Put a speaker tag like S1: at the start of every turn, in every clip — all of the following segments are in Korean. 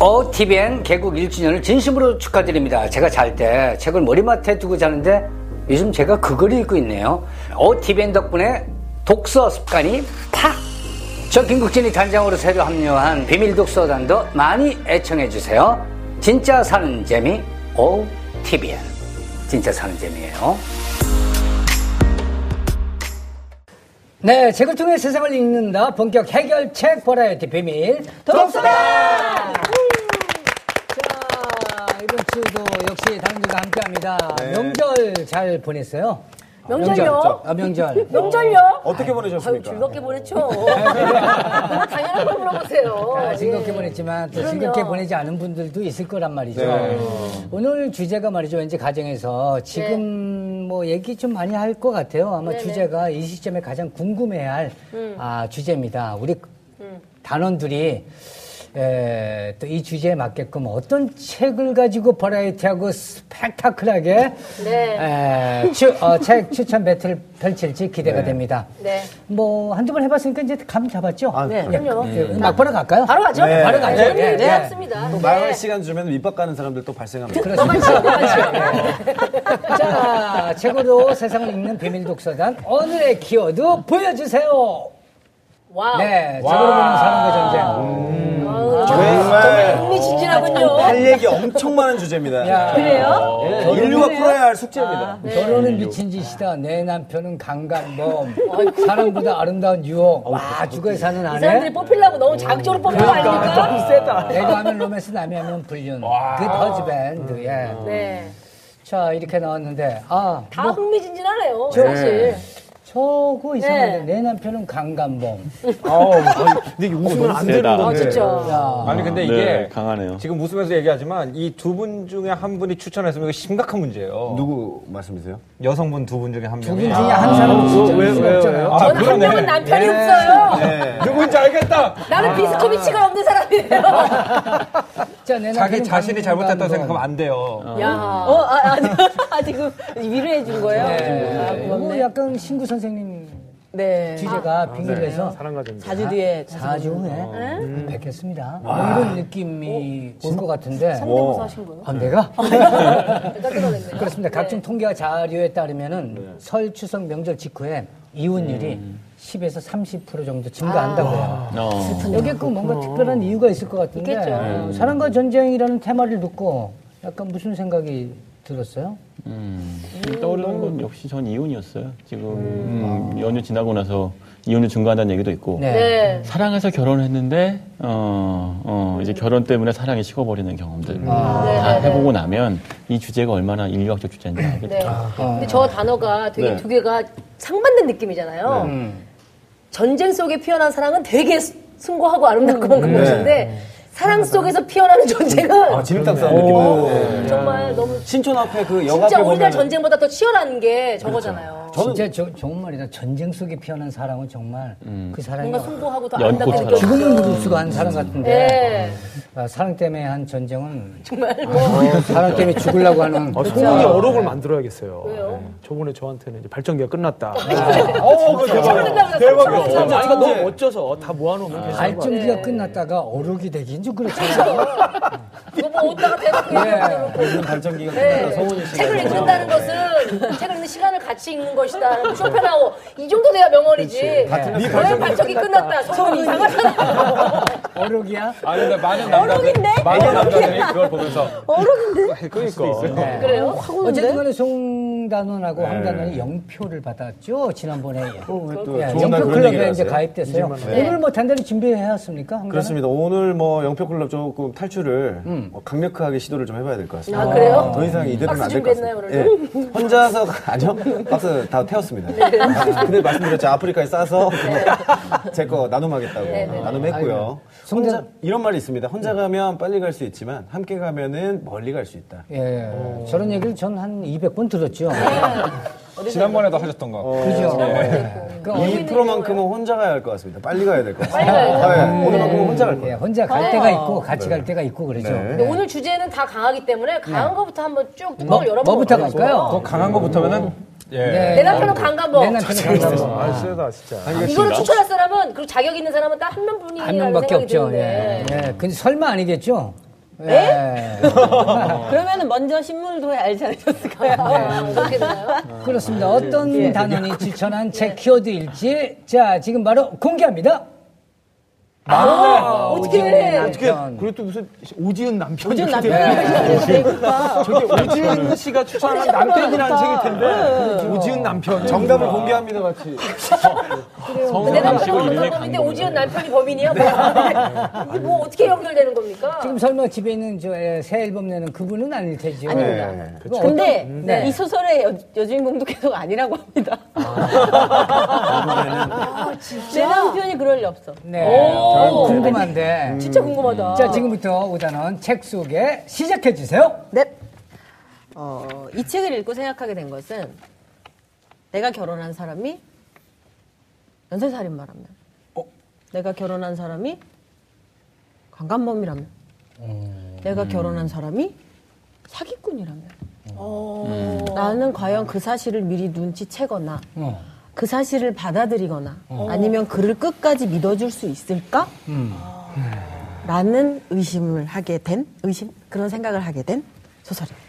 S1: OTBN 어, 개국 1주년을 진심으로 축하드립니다. 제가 잘 때 책을 머리맡에 두고 자는데 요즘 제가 그걸 읽고 있네요. OTBN 덕분에 독서 습관이 팍! 저 김국진이 단장으로 새로 합류한 비밀 독서단도 많이 애청해주세요. 진짜 사는 재미 OTBN. 진짜 사는 재미예요. 네, 책을 통해 세상을 읽는다. 본격 해결책 버라이어티 비밀 독서단! 자, 이번 주도 역시 당구가 함께 합니다.
S2: 네.
S1: 명절 잘 보냈어요?
S3: 명절요?
S1: 명절. 아, 명절.
S3: 명절요?
S2: 어떻게
S3: 아유,
S2: 보내셨습니까?
S3: 즐겁게 보냈죠. 그거 당연한 걸 물어보세요.
S1: 아, 즐겁게
S3: 예.
S1: 보냈지만 또
S3: 그럼요.
S1: 즐겁게 보내지 않은 분들도 있을 거란 말이죠.
S2: 네.
S1: 오늘 주제가 말이죠. 왠지 가정에서 지금 뭐 얘기 좀 많이 할 것 같아요. 아마
S3: 네. 네네. 음.
S1: 주제가 이 시점에 가장 궁금해할 아, 주제입니다. 우리 단원들이 또 이 주제에 맞게끔 어떤 책을 가지고 버라이티하고 스펙타클하게
S3: 네.
S1: 에, 추- 어, 책 추천 배틀 펼칠지 기대가 됩니다.
S3: 네.
S1: 뭐 한두 번 해봤으니까 이제 감 잡았죠?
S2: 아,
S3: 네,
S2: 그래.
S3: 그럼요.
S1: 네. 막바로 갈까요?
S3: 바로 가죠?
S2: 네.
S1: 바로 가죠.
S3: 네,
S1: 네,
S3: 네,
S1: 네. 그
S3: 없습니다.
S2: 또 말할 시간 주면 밑밥 가는 사람들 또 발생합니다.
S1: 자, 책으로 세상을 읽는 비밀 독서단 오늘의 키워드 보여주세요.
S3: 와우. 음.
S1: 네, 책으로 보는 사람과 전쟁.
S3: 아우,
S2: 정말
S3: 흥미진진하군요.
S2: 할 얘기 엄청 많은 주제입니다.
S1: 야,
S3: 그래요?
S2: 어, 인류가 풀어야 할 숙제입니다.
S1: 결혼은 미친 짓이다. 내 남편은 강간범. 사랑보다 아름다운 유혹. 와, 죽어 사는
S3: 이 사람들이
S1: 아내.
S3: 뽑히려고 너무 자극적으로 뽑힌 거 아닙니까?
S1: 내가 하면 로맨스, 남이 하면 불륜. 그 허즈밴드. 예.
S3: 네.
S1: 자, 이렇게 나왔는데 아,
S3: 다 뭐? 흥미진진하네요, 사실.
S1: 저거 이상한데
S3: 네.
S1: 내 남편은 강간범.
S4: 근데 이게 웃으면 안 되는
S3: 아,
S4: 건데.
S3: 진짜.
S1: 야.
S5: 아니 근데 이게
S4: 네, 강하네요.
S5: 지금 웃으면서 얘기하지만 이 두 분 중에 한 분이 추천했으면 이거 심각한 문제예요.
S2: 누구 말씀이세요?
S5: 여성분 두 분 중에 한
S1: 두 분
S5: 명이.
S1: 중에 한 사람은 진짜
S4: 왜,
S1: 수
S4: 왜요,
S1: 아, 없잖아요.
S4: 왜요?
S5: 아,
S3: 저는 한
S5: 그러네.
S3: 명은 남편이 없어요.
S2: 네.
S5: 누군지 알겠다.
S3: 나는 비스코비치가 없는 사람이에요.
S1: 진짜 내
S5: 자기
S1: 남편은
S5: 자신이 잘못했다고
S1: 강간범.
S5: 생각하면 안 돼요.
S3: 야. 어, 아, 아니, 아, 지금 위로해 준 거예요? 아,
S1: 네. 이거
S3: 고맙네.
S1: 약간 신구 선생님
S3: 네.
S1: 주제가
S5: 아,
S1: 비밀에서
S3: 자주 뒤에. 네?
S1: 4주 후에 뵙겠습니다. 뭐 이런 느낌이
S3: 어?
S1: 올것
S3: 뭐
S1: 같은데.
S3: 성대모사 하신 거예요?
S1: 아, 내가?
S3: 깜짝 놀랐네요.
S1: 그렇습니다. 각종 통계와 자료에 따르면은 설 추석 명절 직후에 이혼율이 10에서 30% 정도 증가한다고 해요.
S4: 어.
S1: 여기에 꼭 뭔가 특별한 이유가 있을 것 같은데.
S3: 아. 있겠죠.
S1: 어, 사랑과 전쟁이라는 테마를 듣고 약간 무슨 생각이 들었어요?
S4: 음. 떠오르는 건 역시 전 이혼이었어요. 지금 음, 연휴 지나고 나서 이혼을 중과한다는 얘기도 있고.
S3: 네.
S4: 사랑해서 결혼했는데 어, 어, 이제 결혼 때문에 사랑이 식어버리는 경험들
S3: 네,
S4: 다
S3: 네, 네.
S4: 해보고 나면 이 주제가 얼마나 인류학적 주제인지 알겠죠.
S3: 네.
S5: 아.
S3: 근데 저 단어가 되게
S2: 네.
S3: 두 개가 상반된 느낌이잖아요.
S4: 네.
S5: 음.
S3: 전쟁 속에 피어난 사랑은 되게 수- 숭고하고 아름답고
S5: 음.
S3: 그런
S5: 네.
S3: 것인데 사랑 속에서 피어나는 전쟁은
S2: 아, 진흙탕 싸움 느낌이에요. 네.
S3: 정말 너무
S2: 신촌 앞에 그역 앞에
S3: 진짜 오늘날
S2: 보면
S3: 전쟁보다 더 치열한
S5: 그렇죠.
S3: 게 저거잖아요.
S2: 저는-
S1: 진짜 저- 좋은 말이다. 전쟁 속에 피어난 사랑은 정말 그 사랑이
S3: 뭔가 숭고하고 더
S4: 연꽃처럼.
S3: 아름답게 느껴.
S1: 죽음을 무릅쓰고 한 사랑 같은데
S3: 네.
S1: 아, 사랑 때문에 한 전쟁은 어,
S3: 정말 뭐
S1: 사랑 때문에 죽으려고 하는
S6: 아, 소문이 어록을 만들어야겠어요.
S3: 왜요?
S6: 네. 저번에 저한테는 이제 발전기가 끝났다. 네.
S5: 어, 그거
S3: 끝나고
S5: 대박.
S3: 나서
S5: 대박이야.
S6: 자기가 너무 멋져서 다 모아놓으면 괜찮을 것 같아요.
S1: 발전기가 끝났다가 어록이 되긴 좀 그렇잖아요.
S3: 이거 뭐 오다가
S5: 네.
S3: 대놓고
S2: 요즘 발전기가
S1: 그
S3: 네.
S2: 끝나서 성훈이 씨가
S3: 책을
S2: 이제
S3: 읽는다는 것은 책을 읽는 시간을 같이 읽는 것이다. 쇼펜하고 이 정도 돼야 명언이지. 너의 발적이 끝났다. 소문 이상하잖아.
S1: 어록이야?
S5: 아니 근데 많은 남자들
S3: 어록인데?
S5: 많은 남자들이 그걸 보면서
S6: 그러니까.
S3: 그래요?
S1: 네. 어쨌든 간에 송단원하고 황단원이 영표를 받았죠. 지난번에.
S2: 왜또
S1: 예,
S2: 좋은 날
S1: 영표
S2: 그런
S1: 클럽에
S2: 얘기를
S1: 이제
S2: 하세요?
S1: 가입됐어요. 오늘 뭐 단단히 준비해왔습니까? 한가는?
S2: 그렇습니다. 오늘 뭐 영표클럽 조금 탈출을 어, 강력하게 시도를 좀 해봐야 될 것 같습니다.
S3: 음.
S2: 어,
S3: 아, 그래요?
S2: 더 이상 이대로는
S3: 박수
S2: 안 될 것
S3: 준비했나요,
S2: 같습니다. 예. 혼자서 아니요 박스 다 태웠습니다.
S3: 네.
S2: 아, 근데 말씀드렸죠 아프리카에 싸서 제 거 나눔하겠다고
S3: 네,
S2: 나눔했고요.
S1: 성대-
S2: 혼자 이런 말이 있습니다. 혼자 가면 빨리 갈 수 있지만 함께 가면은 멀리 갈 수 있다.
S1: 예. 저런 얘기를 전 한 200번 들었죠.
S5: 지난번에도 하셨던 거.
S1: 그죠?
S3: 네.
S2: 이 프로만큼은 혼자 가야 할 것 같습니다. 빨리 가야 될 것
S3: 어, 빨리 가야
S2: 같습니다. 아, 예. 오늘만큼은 혼자 갈
S1: 예,
S2: 거예요.
S1: 혼자 갈 때가 있고 같이 갈 때가 있고 그러죠. 뭐,
S2: 네.
S3: 근데 오늘 주제는 다 강하기 때문에 강한 거부터 한번 쭉 뚜껑을 열어보고
S1: 뭐부터 갈까요?
S5: 강한 거부터면은 예.
S3: 내 남편은 강간 거.
S1: 내 남편은 강간범.
S6: 아, 세다, 진짜.
S3: 이거를 추천할 사람은 그리고 자격 있는 사람은 딱 한 명뿐이라는
S1: 한 명밖에
S3: 아, 생각이
S1: 없죠.
S3: 드는데.
S1: 예. 예. 근데 설마 아니겠죠?
S7: 네.
S8: 그러면은 먼저 신문을 통해 알지 않으셨을까요?
S3: 어, 그렇게 되나요?
S8: 아,
S7: 그렇습니다.
S8: 예.
S7: 어떤 단원이 추천한 책 키워드일지 자 지금 바로 공개합니다.
S8: 아, 네. 어떻게 해?
S7: 어떻게 음.
S9: 그리고 또 무슨 오지은 남편
S8: 요즘
S5: 아,
S8: 남편이 되니까.
S9: 저게 오지은 씨가 추천한 남편이라는 네. 책일 텐데 오지은 남편
S2: 정답을 공개합니다, 같이.
S3: 근데 나
S4: 성남시고 이름에
S3: 는데 오지은 남편이 범인이야? 뭐야? 이게 뭐 어떻게 연결되는 겁니까?
S7: 지금 설마 집에 있는 저 예, 새 앨범 내는 그분은 아닐 테지요.
S2: 네.
S7: 그거
S8: 근데
S7: 네.
S8: 이 소설의 여, 여주인공도 계속 아니라고 합니다. 내 남편이 그럴 리 없어.
S7: 어떤- 네. 궁금한데.
S8: 음.
S3: 진짜 궁금하다.
S7: 자 지금부터 오단원 책 소개 시작해 주세요.
S8: 네. 어, 이 책을 읽고 생각하게 된 것은 내가 결혼한 사람이 연쇄살인마라면 내가 결혼한 사람이 강간범이라면 내가 결혼한 사람이 사기꾼이라면 나는 과연 그 사실을 미리 눈치채거나 그 사실을 받아들이거나 아니면 그를 끝까지 믿어줄 수 있을까? 라는 의심을 하게 된 의심 그런 생각을 하게 된 소설입니다.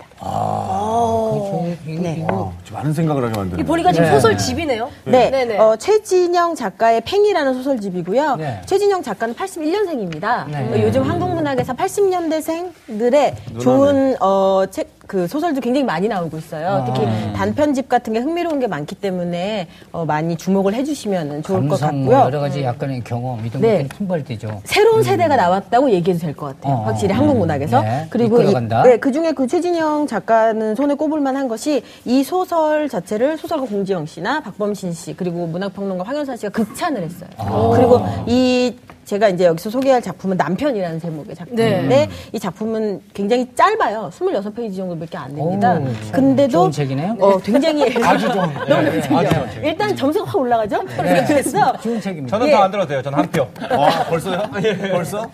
S8: 네.
S2: 아, 좀 많은 생각을 하게 만드네.
S3: 이 보니까 지금 소설 집이네요.
S8: 네.
S3: 네네.
S8: 어, 최진영 작가의 팽이라는 소설집이고요.
S7: 네.
S8: 최진영 작가는 81년생입니다. 뭐
S7: 네.
S8: 요즘 한국 문학에서 80년대생들의 좋은 어, 책, 그 소설도 굉장히 많이 나오고
S7: 아.
S8: 있어요. 특히 단편집 같은 게 흥미로운 게 많기 때문에 어, 많이 주목을 해주시면 좋을 것
S7: 감성 뭐
S8: 같고요.
S7: 여러 가지 약간의 경험 이런
S8: 네.
S7: 것들이 풍발되죠.
S8: 새로운 세대가 나왔다고 얘기해도 될 것 같아요.
S7: 음. 어,
S8: 확실히
S7: 음.
S8: 한국 문학에서.
S7: 네,
S8: 그리고 이,
S7: 이끌어간다.
S8: 네, 그 중에 그 최진영 작가는 손에 꼽을 만한 것이 이 소설 자체를 소설가 공지영 씨나 박범신 씨 그리고 문학평론가 황현사 씨가 극찬을 했어요.
S7: 아.
S8: 그리고 이 제가 이제 여기서 소개할 작품은 남편이라는 제목의 작품인데 이 작품은 굉장히 짧아요. 26페이지 정도밖에 안 됩니다.
S7: 오, 좋은
S8: 근데도
S7: 책이네요.
S8: 어, 굉장히
S7: 아주 좋은. 네.
S8: 너무 감사해요. 일단 점수가 확 올라가죠? 그래서
S7: 좋은 책입니다.
S5: 저는
S8: 예.
S5: 더 안 들어도 돼요. 저는 한 표. 예.
S2: 와, 벌써요? 벌써?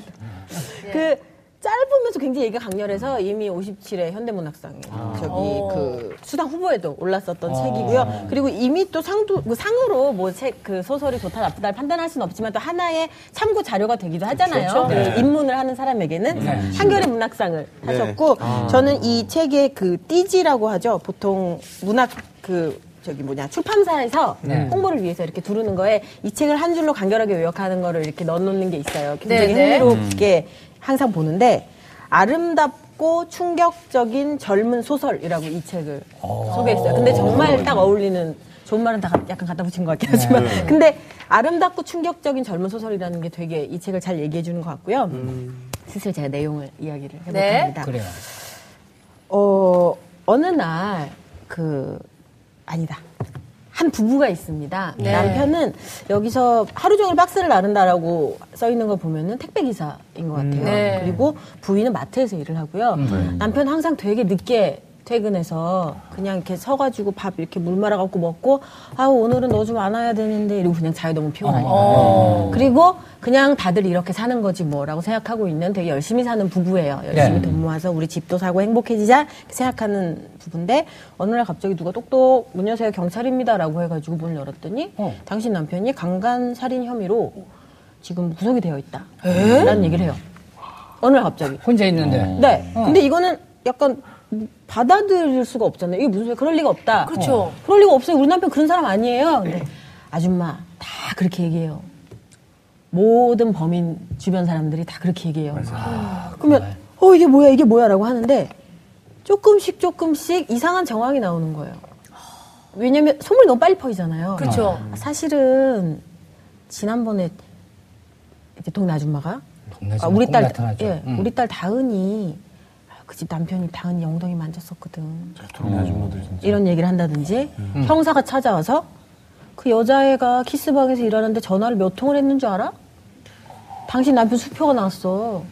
S3: 네.
S8: 그 짧으면서 굉장히 얘기가 강렬해서 이미 57회 현대문학상에 저기 그 수상 후보에도 올랐었던 책이고요. 그리고 이미 또 상도 그 상으로 뭐 책 그 소설이 좋다 나쁘다 판단할 수는 없지만 또 하나의 참고 자료가 되기도 하잖아요. 그 입문을 하는 사람에게는 한겨레 문학상을
S3: 네.
S8: 하셨고 저는 이 책의 그 띠지라고 하죠. 보통 문학 그 저기 뭐냐 출판사에서 홍보를 위해서 이렇게 두르는 거에 이 책을 한 줄로 간결하게 요약하는 거를 이렇게 넣어놓는 게 있어요. 굉장히
S3: 네, 네.
S8: 흥미로 게 항상 보는데 아름답고 충격적인 젊은 소설이라고 이 책을 소개했어요. 근데 정말 딱 어울리는 좋은 말은 다 약간 갖다 붙인 것 같긴 하지만 근데 아름답고 충격적인 젊은 소설이라는 게 되게 이 책을 잘 얘기해 주는 것 같고요. 슬슬 제가 내용을 이야기를 해볼까
S3: 네.
S8: 합니다.
S7: 그래요.
S8: 어, 어느 날, 그, 아니다. 한 부부가 있습니다. 남편은 여기서 하루 종일 박스를 나른다라고 써 있는 걸 보면은 택배기사인 것 같아요.
S3: 네.
S8: 그리고 부인은 마트에서 일을 하고요.
S7: 음. 네.
S8: 남편은 항상 되게 늦게 퇴근해서 그냥 이렇게 서가지고 밥 이렇게 물 말아갖고 먹고, 아우, 오늘은 너 좀 안 와야 되는데 이러고 그냥 자유 너무 피곤하니까.
S7: 어.
S8: 그리고 그냥 다들 이렇게 사는 거지 뭐라고 생각하고 있는 되게 열심히 사는 부부예요. 열심히
S7: 네.
S8: 돈 모아서 우리 집도 사고 행복해지자 이렇게 생각하는 부부인데 어느 날 갑자기 누가 똑똑 문 여세요 경찰입니다라고 해가지고 문을 열었더니
S7: 어.
S8: 당신 남편이 강간 살인 혐의로 지금 구속이 되어 있다.
S7: 음.
S8: 라는 얘기를 해요. 어느 날 갑자기.
S7: 혼자 있는데.
S8: 네. 근데 이거는 약간 받아들일 수가 없잖아요. 이게 무슨 소리야. 그럴 리가 없다.
S3: 그렇죠.
S8: 어. 그럴 리가 없어요. 우리 남편 그런 사람 아니에요. 근데 아줌마 다 그렇게 얘기해요. 모든 범인 주변 사람들이 다 그렇게 얘기해요. 그러면 어 이게 뭐야 이게 뭐야라고 하는데 조금씩 조금씩 이상한 정황이 나오는 거예요. 왜냐면 소문이 너무 빨리 퍼지잖아요.
S3: 그렇죠.
S8: 아, 사실은 지난번에 이제 동네 아줌마가
S7: 동네 아줌마
S8: 우리
S7: 꼭
S8: 딸
S7: 나타나죠. 음.
S8: 예, 우리 딸 다은이 그 집 남편이 다은이 엉덩이 만졌었거든. 이런 얘기를 한다든지 형사가 찾아와서 그 여자애가 키스방에서 일하는데 전화를 몇 통을 했는 줄 알아? 당신 남편 수표가 났어.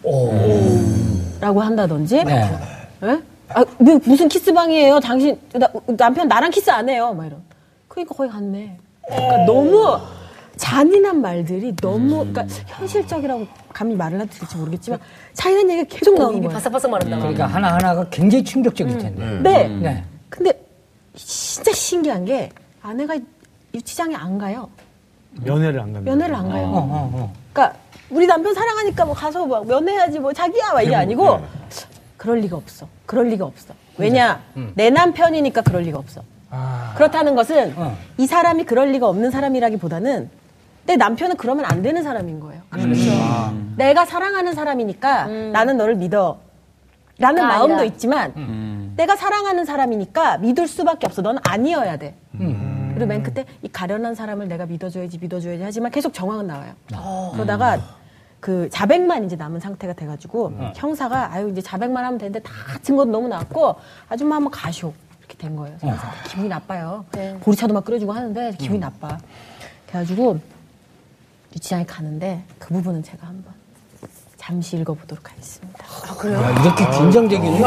S8: 라고 한다든지.
S7: 네.
S8: 예? 아, 왜 무슨 키스방이에요? 당신 나- 남편 나랑 키스 안 해요. 막 이런. 그러니까 거기 갔네. 그러니까 너무 잔인한 말들이 너무 그러니까 현실적이라고 감히 말을 해도 될지 모르겠지만 잔인한 얘기가 계속 나오는
S3: 입이
S8: 거예요.
S3: 바삭바삭 마른다.
S1: 그렇죠.
S7: 그러니까 하나 하나가 굉장히 충격적일 텐데.
S8: 네.
S1: 음.
S7: 네.
S8: 근데 진짜 신기한 게 아내가 유치장에 안 가요.
S2: 음.
S9: 연애를 안 갑니다.
S8: 면회를 안
S7: 어,
S8: 가요.
S7: 어, 어.
S8: 그러니까 우리 남편 사랑하니까 뭐 가서 뭐 막 면회해야지 뭐 자기야 막 이게 아니고 그럴 리가 없어. 그럴 리가 없어. 왜냐? 내 남편이니까 그럴 리가 없어. 그렇다는 것은 이 사람이 그럴 리가 없는 사람이라기보다는 내 남편은 그러면 안 되는 사람인 거예요. 내가 사랑하는 사람이니까 나는 너를 믿어.
S3: 음.
S8: 라는
S3: 그러니까
S8: 마음도
S3: 아니라.
S8: 있지만 내가 사랑하는 사람이니까 믿을 수밖에 없어. 넌 아니어야 돼. 그리고 맨 끝에 이 가련한 사람을 내가 믿어줘야지 믿어줘야지 하지만 계속 정황은 나와요. 그러다가 그 자백만 이제 남은 상태가 돼가지고 형사가 음. 아유 이제 자백만 하면 되는데 다 증거도 너무 나왔고 아줌마 한번 가시오 이렇게 된 거예요. 그래서 기분이 나빠요.
S3: 네.
S8: 보리차도 막 끓여주고 하는데 기분이 나빠. 그래가지고 유치장에 가는데 그 부분은 제가 한번 잠시 읽어보도록 하겠습니다.
S7: 야, 이렇게 긴장되기는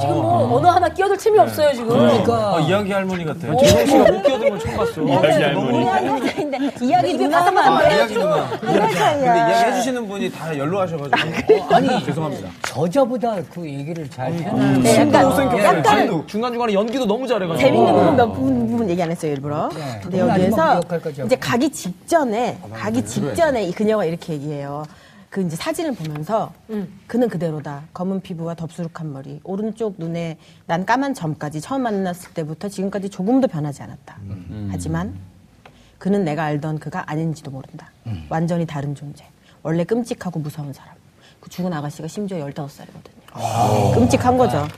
S3: 지금 뭐 언어 하나 끼어들 틈이 없어요 지금.
S5: 그러니까.
S9: 아, 이야기 할머니 같아. 재성 씨가 못 끼어든 걸 처음 봤어.
S4: 이야기 할머니.
S8: 이야기 여자인데 이야기 누나 하면 안 돼요.
S2: 이야기 누나.
S8: 한달
S2: 근데
S8: 차이야.
S2: 이야기 해주시는 분이 다 연로하셔가지고. 아니. 죄송합니다.
S7: 저자보다 그 얘기를 잘
S8: 네, 약간, 약간
S9: 아, 중간중간에 연기도 너무 잘해가지고.
S8: 재밌는 부분 몇 부분, 부분 얘기 안 했어요 일부러. 근데
S7: 그건 네. 아니면
S8: 여기에서
S7: 기억할까지 아, 하고.
S8: 이제 가기 직전에 가기 직전에 이 그녀가 이렇게 얘기해요. 그 이제 사진을 보면서 그는 그대로다. 검은 피부와 덥수룩한 머리, 오른쪽 눈에 난 까만 점까지 처음 만났을 때부터 지금까지 조금도 변하지 않았다.
S7: 음.
S8: 하지만 그는 내가 알던 그가 아닌지도 모른다.
S7: 음.
S8: 완전히 다른 존재. 원래 끔찍하고 무서운 사람. 그 죽은 아가씨가 심지어 15살이거든요. 끔찍한 거죠. 네.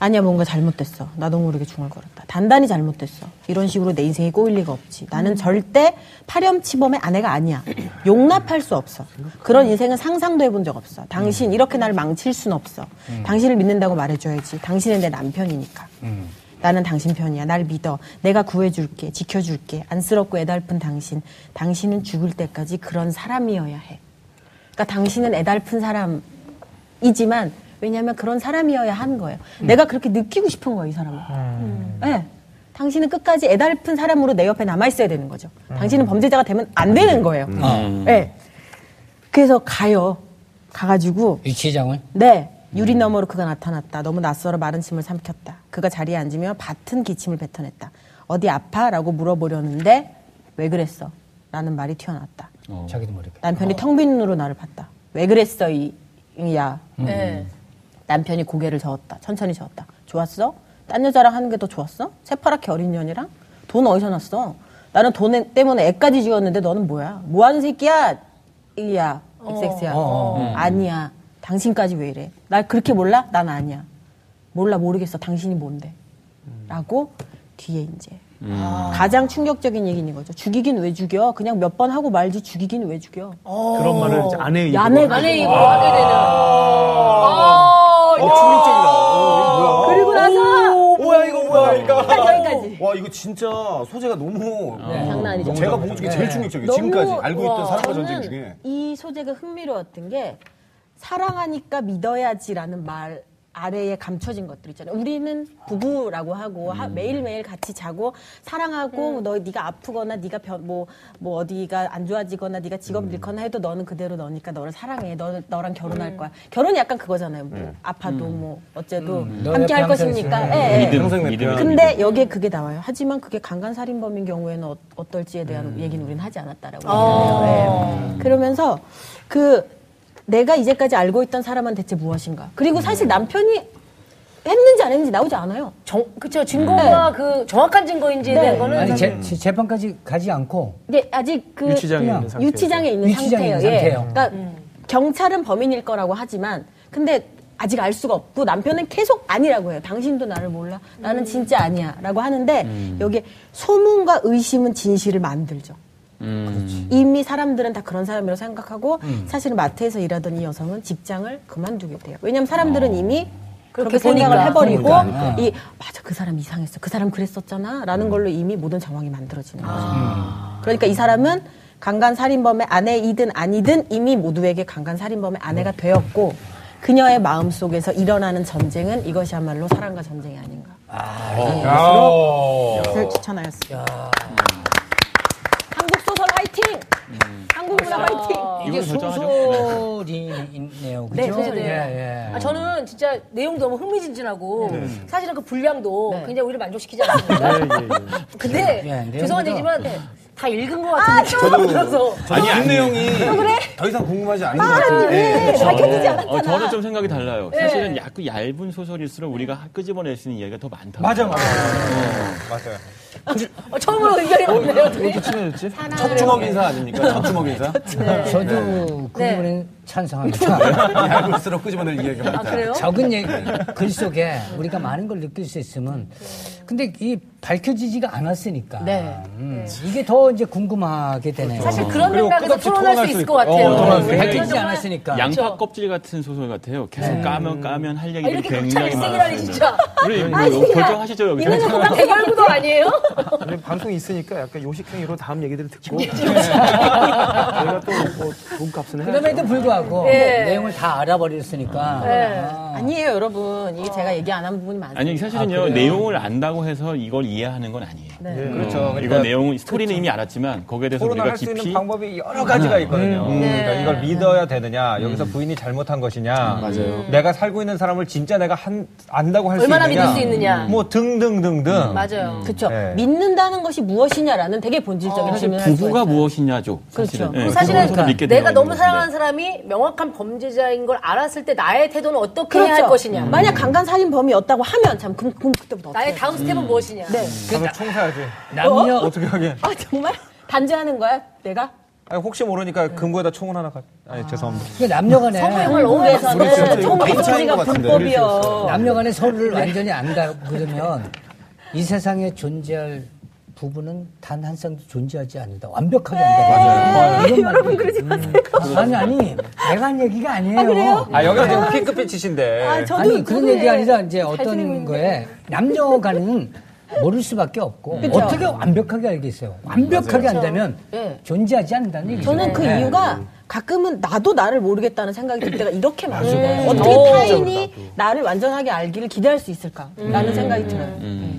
S8: 아니야, 뭔가 잘못됐어. 나도 모르게 중얼거렸다. 단단히 잘못됐어. 이런 식으로 내 인생이 꼬일 리가 없지. 나는 절대 파렴치범의 아내가 아니야. 용납할 수 없어. 그런 인생은 상상도 해본 적 없어. 당신 이렇게 날 망칠 순 없어. 당신을 믿는다고 말해줘야지. 당신은 내 남편이니까. 나는 당신 편이야. 날 믿어. 내가 구해줄게. 지켜줄게. 안쓰럽고 애달픈 당신. 당신은 죽을 때까지 그런 사람이어야 해. 그러니까 당신은 애달픈 사람이지만 왜냐하면 그런 사람이어야 한 거예요. 내가 그렇게 느끼고 싶은 거예요, 이 사람은. 네. 당신은 끝까지 애달픈 사람으로 내 옆에 남아 있어야 되는 거죠. 당신은 범죄자가 되면 안 되는 거예요. 네. 그래서 가요. 가가지고
S7: 유치장은
S8: 네. 유리 너머로 그가 나타났다. 너무 낯설어 마른 침을 삼켰다. 그가 자리에 앉으며 밭은 기침을 뱉어냈다. 어디 아파? 라고 물어보려는데 왜 그랬어? 라는 말이 튀어나왔다.
S7: 자기도 모르게.
S8: 남편이 텅 빈 눈으로 나를 봤다. 왜 그랬어, 이, 야.
S3: 네.
S8: 남편이 고개를 저었다. 천천히 저었다. 좋았어? 딴 여자랑 하는 게 더 좋았어? 새파랗게 어린 년이랑? 돈 어디서 났어? 나는 돈 에- 때문에 애까지 지었는데 너는 뭐야? 뭐 하는 새끼야? 이야. XX야. 아니야. 당신까지 왜 이래? 날 그렇게 몰라? 난 아니야. 몰라, 모르겠어. 당신이 뭔데? 라고 뒤에 이제 가장 충격적인 얘기인 거죠. 죽이긴 왜 죽여? 그냥 몇 번 하고 말지 죽이긴 왜 죽여?
S9: 그런 말을 이제 아내의 입으로.
S8: 야내가
S3: 안에 입으로 뭐 하게 되는. 아, 이거
S2: 어, 충격적이다.
S8: 그리고 나서
S2: 뭐야 이거 뭐야 이거.
S8: 여기까지.
S2: 와 이거 진짜 소재가 너무
S8: 장난 아니죠.
S2: 제가 본 중에 제일 충격적이에요. 지금까지 알고 있던 사랑과 전쟁 중에.
S8: 저는 이 소재가 흥미로웠던 게 사랑하니까 믿어야지라는 말 아래에 감춰진 것들 있잖아요. 우리는 부부라고 하고 하-
S4: 음.
S8: 매일매일 같이 자고 사랑하고 너 네가 아프거나 네가 변- 뭐, 뭐 어디가 안 좋아지거나 네가
S4: 음.
S8: 직업 잃거나 해도 너는 그대로 너니까 너를 사랑해. 너, 너랑 결혼할
S4: 음.
S8: 거야. 결혼이 약간 그거잖아요. 뭐
S4: 네.
S8: 아파도 뭐 어째도 함께 할 것입니까? 예, 예.
S4: 믿음, 음. 믿음.
S8: 근데 여기에 그게 나와요. 하지만 그게 강간살인범인 경우에는 어, 어떨지에 대한
S4: 음.
S8: 얘기는 우리는 하지
S4: 아,
S8: 않았다라고. 얘기해요. 예. 그러면서 그 내가 이제까지 알고 있던 사람은 대체 무엇인가. 그리고 사실 남편이 했는지 안 했는지 나오지 않아요.
S3: 정, 그쵸. 증거가 그 정확한 증거인지에 대한 거는.
S7: 아니 재, 재- 재판까지 가지 않고
S8: 근데 아직 그
S9: 유치장에
S7: 그냥
S9: 있는 상태.
S8: 유치장에 있는
S7: 유치장에
S8: 상태예요.
S7: 있는
S8: 예.
S7: 상태예요.
S8: 그러니까 경찰은 범인일 거라고 하지만 근데 아직 알 수가 없고 남편은 계속 아니라고 해요. 당신도 나를 몰라. 나는 진짜 아니야라고 하는데 여기 에 소문과 의심은 진실을 만들죠.
S7: 그렇죠.
S8: 음. 이미 사람들은 다 그런 사람이라고 생각하고
S7: 음.
S8: 사실은 마트에서 일하던 이 여성은 직장을 그만두게 돼요. 왜냐하면 사람들은 이미
S3: 그렇게
S8: 그렇게, 생각을
S3: 보니까.
S8: 해버리고
S7: 어. 그러니까. 음.
S8: 이 맞아 그 사람 이상했어 그 사람 그랬었잖아라는 걸로 이미 모든 정황이 만들어지는 거죠.
S7: 아.
S8: 그러니까 이 사람은 강간 살인범의 아내이든 아니든 이미 모두에게 강간 살인범의 아내가
S7: 음.
S8: 되었고 그녀의 마음 속에서 일어나는 전쟁은 이것이야말로 사랑과 전쟁이 아닌가. 아, 것으로 추천하였습니다. 한국 소설 화이팅! 한국 문화
S7: 아.
S8: 화이팅!
S7: 이게 소설이네요,
S8: 네,
S7: 그죠?
S8: 소설이에요.
S7: 예, 예.
S3: 아, 저는 진짜 내용도 너무 흥미진진하고 사실은 그 분량도 굉장히 우리를 만족시키지 않았습니다. 근데
S7: 예, 내용보다-
S3: 죄송한 얘기지만 다 읽은 것 같은데 처음 들어서.
S2: 그 아니, 안 내용이 더 이상 궁금하지 않은 것 같아요. 예.
S8: 밝혀지지 않았
S4: 어, 저는 좀 생각이 달라요.
S3: 네.
S4: 사실은 얇고 얇은 소설일수록 우리가 끄집어낼 수 있는 이야기가 더 많다.
S9: 맞아, 맞아.
S5: 맞아요.
S3: 어, 처음으로 의견이 왔네요. 둘이.
S2: 첫 주먹 인사 아닙니까? 첫 주먹 인사?
S1: 저도 그
S3: 네.
S1: 부분은 찬성합니다.
S2: 얇을수록 예, 끄집어낼 이야기가
S3: 아,
S2: 많다.
S3: 그래요?
S1: 적은 얘기, 글 속에 우리가 많은 걸 느낄 수 있으면. 근데 이 밝혀지지가 않았으니까.
S3: 네.
S1: 음, 이게 더 이제 궁금하게 되네요. 어,
S3: 사실 그런
S5: 어. 그리고
S3: 맥락에서
S5: 끝없이
S3: 토론할
S5: 토론할
S3: 수
S5: 수
S3: 있을
S5: 있고.
S3: 것 같아요. 네.
S5: 어, 토론할 수
S3: 왜냐면
S1: 밝혀지지
S3: 정말
S1: 않았으니까.
S4: 양파 껍질 같은 소설 같아요. 계속 까면 까면 할
S3: 네. 아,
S4: 얘기들이
S3: 이렇게
S4: 굉장히
S3: 극찬일생이라니
S4: 많아요.
S3: 진짜.
S4: 우리 뭐
S3: 아니, 진짜.
S4: 결정하시죠 여기서.
S3: 있는 것보다 대결구도 아니에요?
S9: 방송 있으니까 약간 요식행위로 다음 얘기들을 듣고 저희가 또뭐 돈값은 해야
S1: 그럼에도 불구하고
S8: 예.
S3: 네.
S1: 내용을 다 알아버렸으니까.
S3: 네.
S8: 아니에요, 여러분. 이게 제가 얘기 안 한 부분이 많아요.
S4: 아니 사실은요 내용을 안다고 해서 이걸 이해하는 건 아니에요.
S3: 네.
S5: 그렇죠.
S9: 음.
S4: 이거
S5: 그러니까
S4: 내용 스토리는 이미 알았지만 거기에 대해서
S5: 토론을
S4: 우리가
S5: 할 수
S4: 깊이
S5: 있는 방법이 음. 여러 가지가 있거든요.
S3: 네.
S5: 그러니까 이걸 믿어야 되느냐, 여기서 부인이 잘못한 것이냐, 음. 맞아요. 내가 살고 있는 사람을 진짜 내가 한, 안다고 할 수 있느냐,
S3: 음. 얼마나 믿을 수 있느냐.
S5: 뭐 등등등등.
S3: 맞아요.
S8: 그렇죠.
S5: 네.
S8: 믿는다는 것이 무엇이냐라는 되게 본질적인 질문을 할 수가
S4: 부부가
S8: 있어요.
S4: 무엇이냐죠. 사실은.
S8: 그렇죠.
S4: 예,
S3: 사실은
S4: 그거를 믿게
S3: 내가
S4: 되는
S3: 너무
S4: 건데.
S3: 사랑하는 사람이 명확한 범죄자인 걸 알았을 때 나의 태도는 어떻게 해야 할
S8: 그렇죠.
S3: 것이냐.
S8: 만약 강간 살인범이었다고 하면 참 그럼, 그럼 그때부터 뭐 어떻게
S3: 나의
S8: 해요?
S3: 다음 스텝은 무엇이냐.
S8: 네.
S1: 그러니까
S5: 가서 총사야지.
S1: 남녀
S5: 어떻게 하게?
S8: 아 정말 단죄하는 거야 내가?
S5: 아니, 혹시 모르니까 금고에다 총을 하나 가. 아니 죄송합니다.
S1: 그러니까 남녀간에
S3: 성형을 너무 해서
S8: 나는 정말
S2: 이거 차이인 것
S8: 소리가
S2: 같은데.
S8: 네, 불법이요.
S1: 남녀간의 서로를 완전히 안다 그러면 이 세상에 존재할 부부는 단 한 쌍도 존재하지 않는다. 완벽하게 안다.
S5: 네.
S1: 맞아요. 여러분 그러지 마세요. 아니 아니 내가 한 얘기가 아니에요.
S5: 아 여기가 지금 핑크빛이신데.
S8: 아 저도
S1: 아니 그런
S8: 저도
S1: 얘기 아니라
S8: 예.
S1: 이제
S8: 잘 지내고
S1: 어떤
S8: 있는데.
S1: 거에 남녀간은 모를 수밖에 없고 어떻게 완벽하게 알겠어요? 완벽하게 안다면
S8: 예.
S1: 존재하지 않는다는 얘기죠.
S8: 저는 그
S1: 네.
S8: 이유가 가끔은 나도 나를 모르겠다는 생각이 들 때가 이렇게 많아요. 어떻게 타인이 나를 완전하게 알기를 기대할 수 있을까라는 생각이 들어요.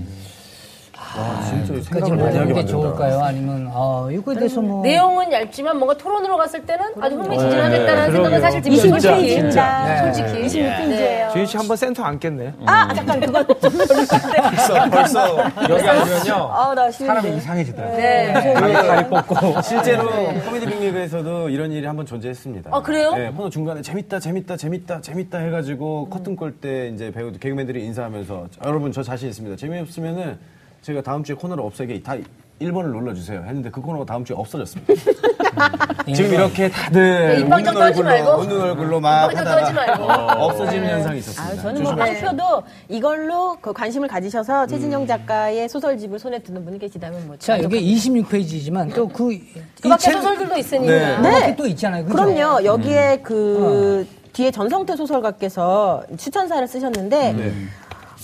S1: 그러니까 그까지 말하는 게 좋을까요? 아니면 어, 이거에 대해서 뭐
S3: 내용은 얇지만 뭔가 토론으로 갔을 때는 아주 흥미진진하겠다는 생각은 사실 지금 솔직히. 솔직히.
S8: 네.
S9: 주인 씨 한번 센터 앉겠네.
S8: 아 잠깐 그거
S2: 벌써, 벌써
S5: 여기 앉으면요.
S8: 아나
S5: 사람이
S8: 싫은데.
S5: 이상해지더라고요.
S3: 네.
S5: 다리 뻗고.
S2: 예. 실제로 코미디 빅리그에서도 이런 일이 한번 존재했습니다.
S3: 아, 그래요?
S2: 예, 코너 중간에 재밌다, 재밌다, 재밌다, 재밌다 해가지고 커튼 꼴때 이제 배우 개그맨들이 인사하면서 자, 여러분 저 자신 있습니다. 재미없으면은 제가 다음 주에 코너를 없애게 다 1번을 눌러주세요 했는데 그 코너가 다음 주에 없어졌습니다.
S5: 음.
S2: 지금 이렇게 다들
S3: 네, 입방정
S2: 웃는
S3: 떨지 말고.
S2: 얼굴로, 웃는 얼굴로 막
S3: 입방정 떨지
S2: 하다가
S3: 말고.
S5: 네.
S2: 없어지는 현상이 있었습니다. 음.
S8: 아, 저는 뭐
S2: 조심하세요.
S8: 방표도 이걸로 그 관심을 가지셔서 최진영 작가의 소설집을 손에 드는 분이 계시다면 뭐
S1: 자 이게 26페이지지만 또 그
S3: 그 밖에 소설들도 있으니까.
S8: 네.
S1: 또 있잖아요. 그죠? 어.
S8: 그럼요.
S2: 음.
S8: 여기에 그 뒤에 전성태 소설가께서 추천사를 쓰셨는데
S2: 네.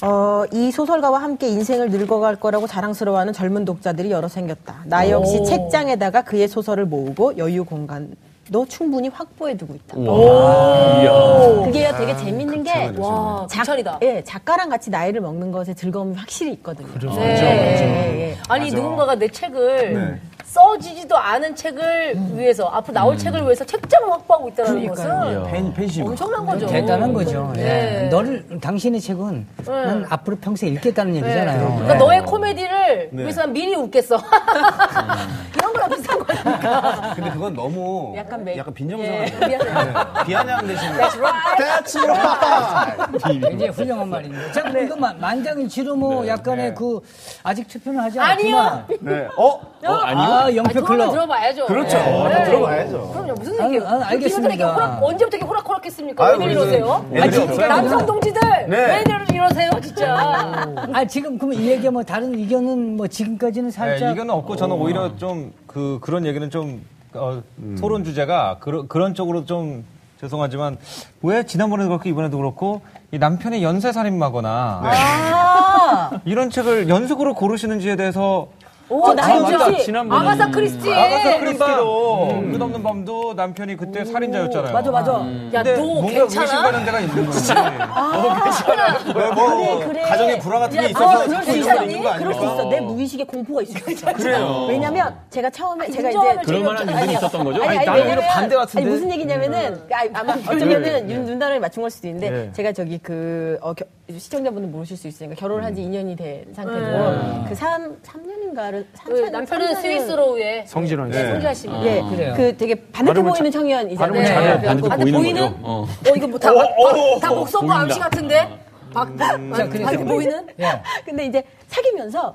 S8: 어, 이 소설가와 함께 인생을 늙어갈 거라고 자랑스러워하는 젊은 독자들이 여러 생겼다. 나 역시 책장에다가 그의 소설을 모으고 여유 공간도 충분히 확보해두고 있다. 그게요 되게 재밌는 게
S3: 와, 극찬이다.
S8: 예, 작가랑 같이 나이를 먹는 것에 즐거움이 확실히 있거든요.
S3: 네.
S8: 예, 예.
S3: 아니 누군가가 내 책을 써지지도 않은 책을
S1: 음.
S3: 위해서 앞으로 나올 책을 위해서 책장을 확보하고 있다는 것은
S2: 팬, 팬심.
S3: 엄청난 거죠.
S1: 대단한 거죠. 예.
S3: 네.
S1: 너를 당신의 책은 난 앞으로 평생 읽겠다는 얘기잖아요.
S3: 그러니까
S1: 예.
S3: 너의 코미디를 위해서 난 미리 웃겠어. 이런 거랑 비슷한 거니까.
S2: 근데 그건 너무
S8: 약간
S2: 약간,
S8: 매-
S2: 빈정상한
S3: 예, 미안해요.
S2: 비아냥 대신 That's right. That's right.
S1: 굉장히 훌륭한 말인데. 자,
S3: 네.
S1: 그럼 만 만장일치로 뭐 약간의 그 아직 투표는 하지
S3: 아니요.
S1: 않지만
S2: 네. 어? 아,
S1: 어, 아, 영표
S3: 아니, 그거는
S1: 클럽.
S3: 들어봐야죠. 그렇죠.
S2: 네. 들어봐야죠.
S3: 그럼요. 뭐 무슨 얘기예요?
S1: 아, 아, 알겠습니다.
S3: 이분들에게 호락, 언제부터 이렇게 호락호락했습니까? 왜
S2: 아유, 무슨-
S3: 이러세요?
S2: 예,
S1: 아니, 진짜.
S3: 남성 동지들 왜 이러세요 진짜?
S1: 아, 지금 그럼 이 얘기 뭐 다른 의견은 뭐 지금까지는
S5: 네,
S1: 살짝
S5: 이거는 없고 저는 오히려 좀 그 그런 얘기는 좀 어, 토론 주제가 그런 그런 쪽으로 좀 죄송하지만 왜 지난번에도 그렇고 이번에도 그렇고 이 남편의 연쇄 살인마거나 이런 책을 연속으로 고르시는지에 대해서
S3: 오,
S8: 나 진짜
S9: 지난번에
S3: 아가사 크리스티의
S5: 아가사 크리스티도 끝없는 밤도 남편이 그때 살인자였잖아요.
S8: 맞아, 맞아.
S3: 야,
S5: 근데
S3: 너
S5: 뭔가
S3: 괜찮아?
S5: 의심가는 데가 있는 거지. 어,
S2: 왜 뭐,
S8: 그래.
S2: 가정의 불화 같은 게
S8: 야,
S2: 있어서
S8: 아, 그럴 수
S2: 자꾸
S8: 있어.
S2: 이런 거 있는 거
S8: 그럴 수
S2: 아니야?
S8: 있어. 내 무의식에 공포가 있을 수 있어. 그래요. 왜냐면 제가 처음에 제가
S3: 인정하는
S8: 이제
S4: 그럴 만한 일들이 있었던 거죠?
S8: 아니, 아니,
S9: 나는
S8: 왜냐면-
S9: 오히려 반대 같은데?
S8: 아니, 무슨 얘기냐면은 아, 아마 네. 어쩌면은 윤 눈다람이 맞춘 걸 수도 있는데 제가 저기 그 음. 네. 어, 겨- 시청자분들 모르실 수 있으니까 결혼을 한 지 2년이 된 상태고 그 3, 삼년인가를 한
S3: 그
S8: 3천
S3: 남편은 스위스로의
S9: 성질환 씨.
S2: 네.
S3: 성지아 씨입니다.
S8: 예, 그 되게 반듯해
S9: 발음을 차-
S8: 보이는 청년이잖아요.
S9: 발음을
S8: 네.
S4: 잘해요. 반듯해
S3: 반듯
S4: 보이는,
S3: 보이는?
S4: 거죠. 어.
S3: 어 이거 뭐다 다 목성과 암시 같은데. 박, 박,
S1: 자,
S3: 박,
S1: 그래서-
S3: 박 아, 보이는?
S1: 예.
S8: 근데 이제 사귀면서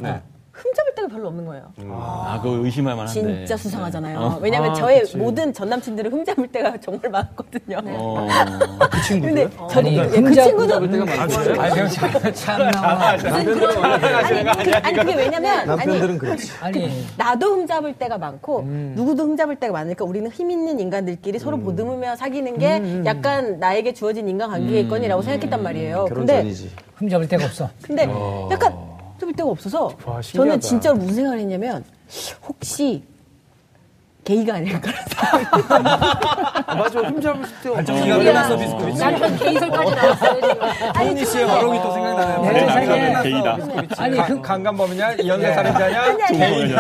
S8: 흠잡을 데가 별로 없는 거예요.
S4: 아, 그거 의심할 만한데.
S8: 진짜 수상하잖아요.
S4: 어.
S8: 왜냐면
S9: 네. 아,
S8: 저의
S9: 그치.
S8: 모든 전 남친들을 흠잡을 때가 정말 많았거든요.
S9: 네.
S4: 어.
S8: 근데 저는
S9: 어,
S1: 아니,
S8: 그, 그
S1: 흠잡-
S8: 친구도
S7: 때가 많고.
S1: 참 나와.
S8: 무슨 그런 아니, 그, 아니 그게 왜냐면 아니
S9: 남편들은 그렇죠. 음. 그렇지.
S1: 아니.
S8: 나도 흠잡을 때가 많고 누구도 흠잡을 때가 많으니까 우리는 힘 있는 인간들끼리
S9: 음.
S8: 서로 보듬으며 사귀는 게 약간 나에게 주어진 인간
S9: 음.
S8: 관계겠거니라고 생각했단 말이에요.
S9: 결혼
S8: 근데
S9: 전이지.
S1: 흠잡을 데가 없어.
S8: 근데 약간 좀 데가 없어서
S9: 와, 신기하다.
S8: 저는 진짜로 무슨 생각을 했냐면 혹시 게이가 아닐까라는 생각이
S9: 맞아. 흠잡을 때가
S5: 기가 끝났어 비스코비치.
S3: 남편 개인설까지 나왔어요 지금.
S5: 토니 씨의 화록이 또 생각나네요.
S1: 내
S4: 아,
S1: 세상에
S4: 그러면 게이다.
S1: 아니, 그,
S5: 강간범이냐 연쇄살인자냐
S9: 네.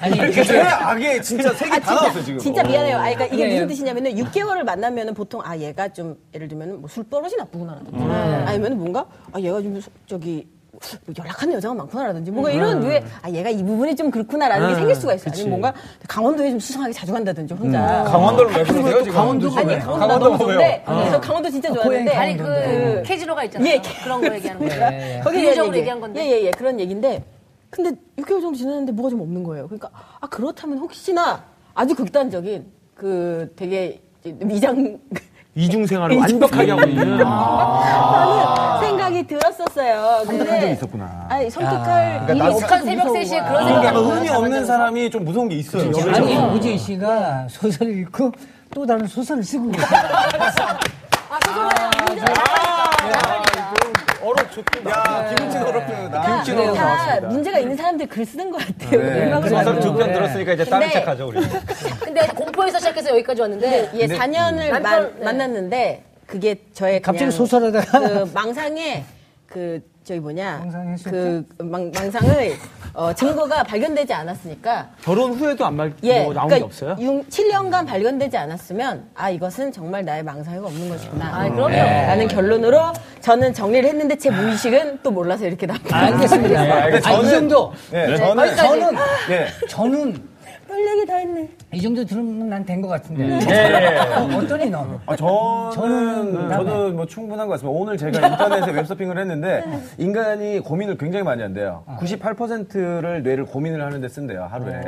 S1: 아니,
S2: 제일 악에 진짜 색이 다 나왔어 지금.
S8: 아, 진짜 미안해요. 아, 그러니까 이게
S1: 예, 예.
S8: 무슨 뜻이냐면은 6개월을 만나면은 보통 아 얘가 좀 예를 들면은 뭐 술버릇이 나쁘구나라든지 아니면 뭔가 아 얘가 좀 수- 저기 뭐 연락하는 여자가 많구나라든지 뭔가 이런 류에 아 얘가 이 부분이 좀 음. 그렇구나라는 게 생길 수가 있어요. 아니면 뭔가 강원도에 좀 수상하게 자주 간다든지 혼자.
S5: 강원도를 왜 부르세요 지금?
S8: 아니 음. 강원도 나 너무 좋은데 그래서 강원도 진짜 좋아하는데
S1: 고양이
S3: 아니 그 캐지로가 있잖아요.
S8: 예, 네.
S3: 그런 거 얘기하는 거예요.
S1: 예, 예.
S8: 거기에
S3: 비유적으로
S8: 이제-
S3: 얘기한 건데.
S8: 예, 예, 예. 그런 얘기인데. 근데 6개월 정도 지났는데 뭐가 좀 없는 거예요. 그러니까, 아, 그렇다면 혹시나 아주 극단적인 그 되게 이제 위장.
S9: 이중 생활을 완벽하게 하고 있는.
S8: 하는 생각이 들었었어요.
S9: 한 적이
S8: 근데.
S9: 있었구나. 그러니까
S8: 아니, 선택할 일이
S3: 이
S8: 없어서
S3: 북한 새벽
S8: 무서운
S3: 3시에
S8: 거야.
S3: 그런
S2: 그러니까
S3: 생각을
S2: 흥이 없는 사람이 좀 무서운 게 있어요.
S1: 그, 아니, 우재 씨가 소설을 읽고 또 다른 소설을 쓰고 있어.
S2: 야 김은진 어렵다.
S8: 다 문제가 있는 사람들 글 쓰는 것
S9: 네.
S8: 같아요.
S9: 그
S8: 음악을
S5: 가서
S8: 만들고.
S5: 두편 들었으니까 이제 다른
S8: 근데-
S5: 착하죠 우리.
S3: 근데 공포에서 시작해서 여기까지 왔는데
S8: 예, 4년을
S3: 남편, 네.
S8: 만났는데 그게 저의
S1: 갑자기
S8: 그냥
S1: 소설하다가.
S8: 그 망상에 그 저기 뭐냐
S1: 망상의 실패?
S8: 그 망, 망상을 어, 증거가 발견되지 않았으니까
S9: 결혼 후에도 안 말,
S8: 예,
S9: 뭐 나온 게 없어요?
S8: 6, 7년간 발견되지 않았으면 아 이것은 정말 나의 망상이가 없는 것이구나. 네.
S3: 아, 그럼요.
S8: 라는 결론으로 저는 정리를 했는데 제 무의식은 또 몰라서 이렇게 나.
S1: 아. 알겠습니다.
S2: 근데
S1: 아, 이
S2: 저는-
S1: 정도.
S2: 네, 저는
S3: 거기까지.
S2: 저는 예.
S1: 저는
S8: 별 얘기 다 했네.
S1: 이 정도 들으면 난 된 것 같은데.
S2: 예.
S1: 어, 어떠니, 너?
S2: 아, 저는
S1: 저는
S2: 저도 뭐 충분한 것 같습니다. 오늘 제가 인터넷에 웹서핑을 했는데 인간이 고민을 굉장히 많이 한대요. 98%를 뇌를 고민을 하는데 쓴대요 하루에.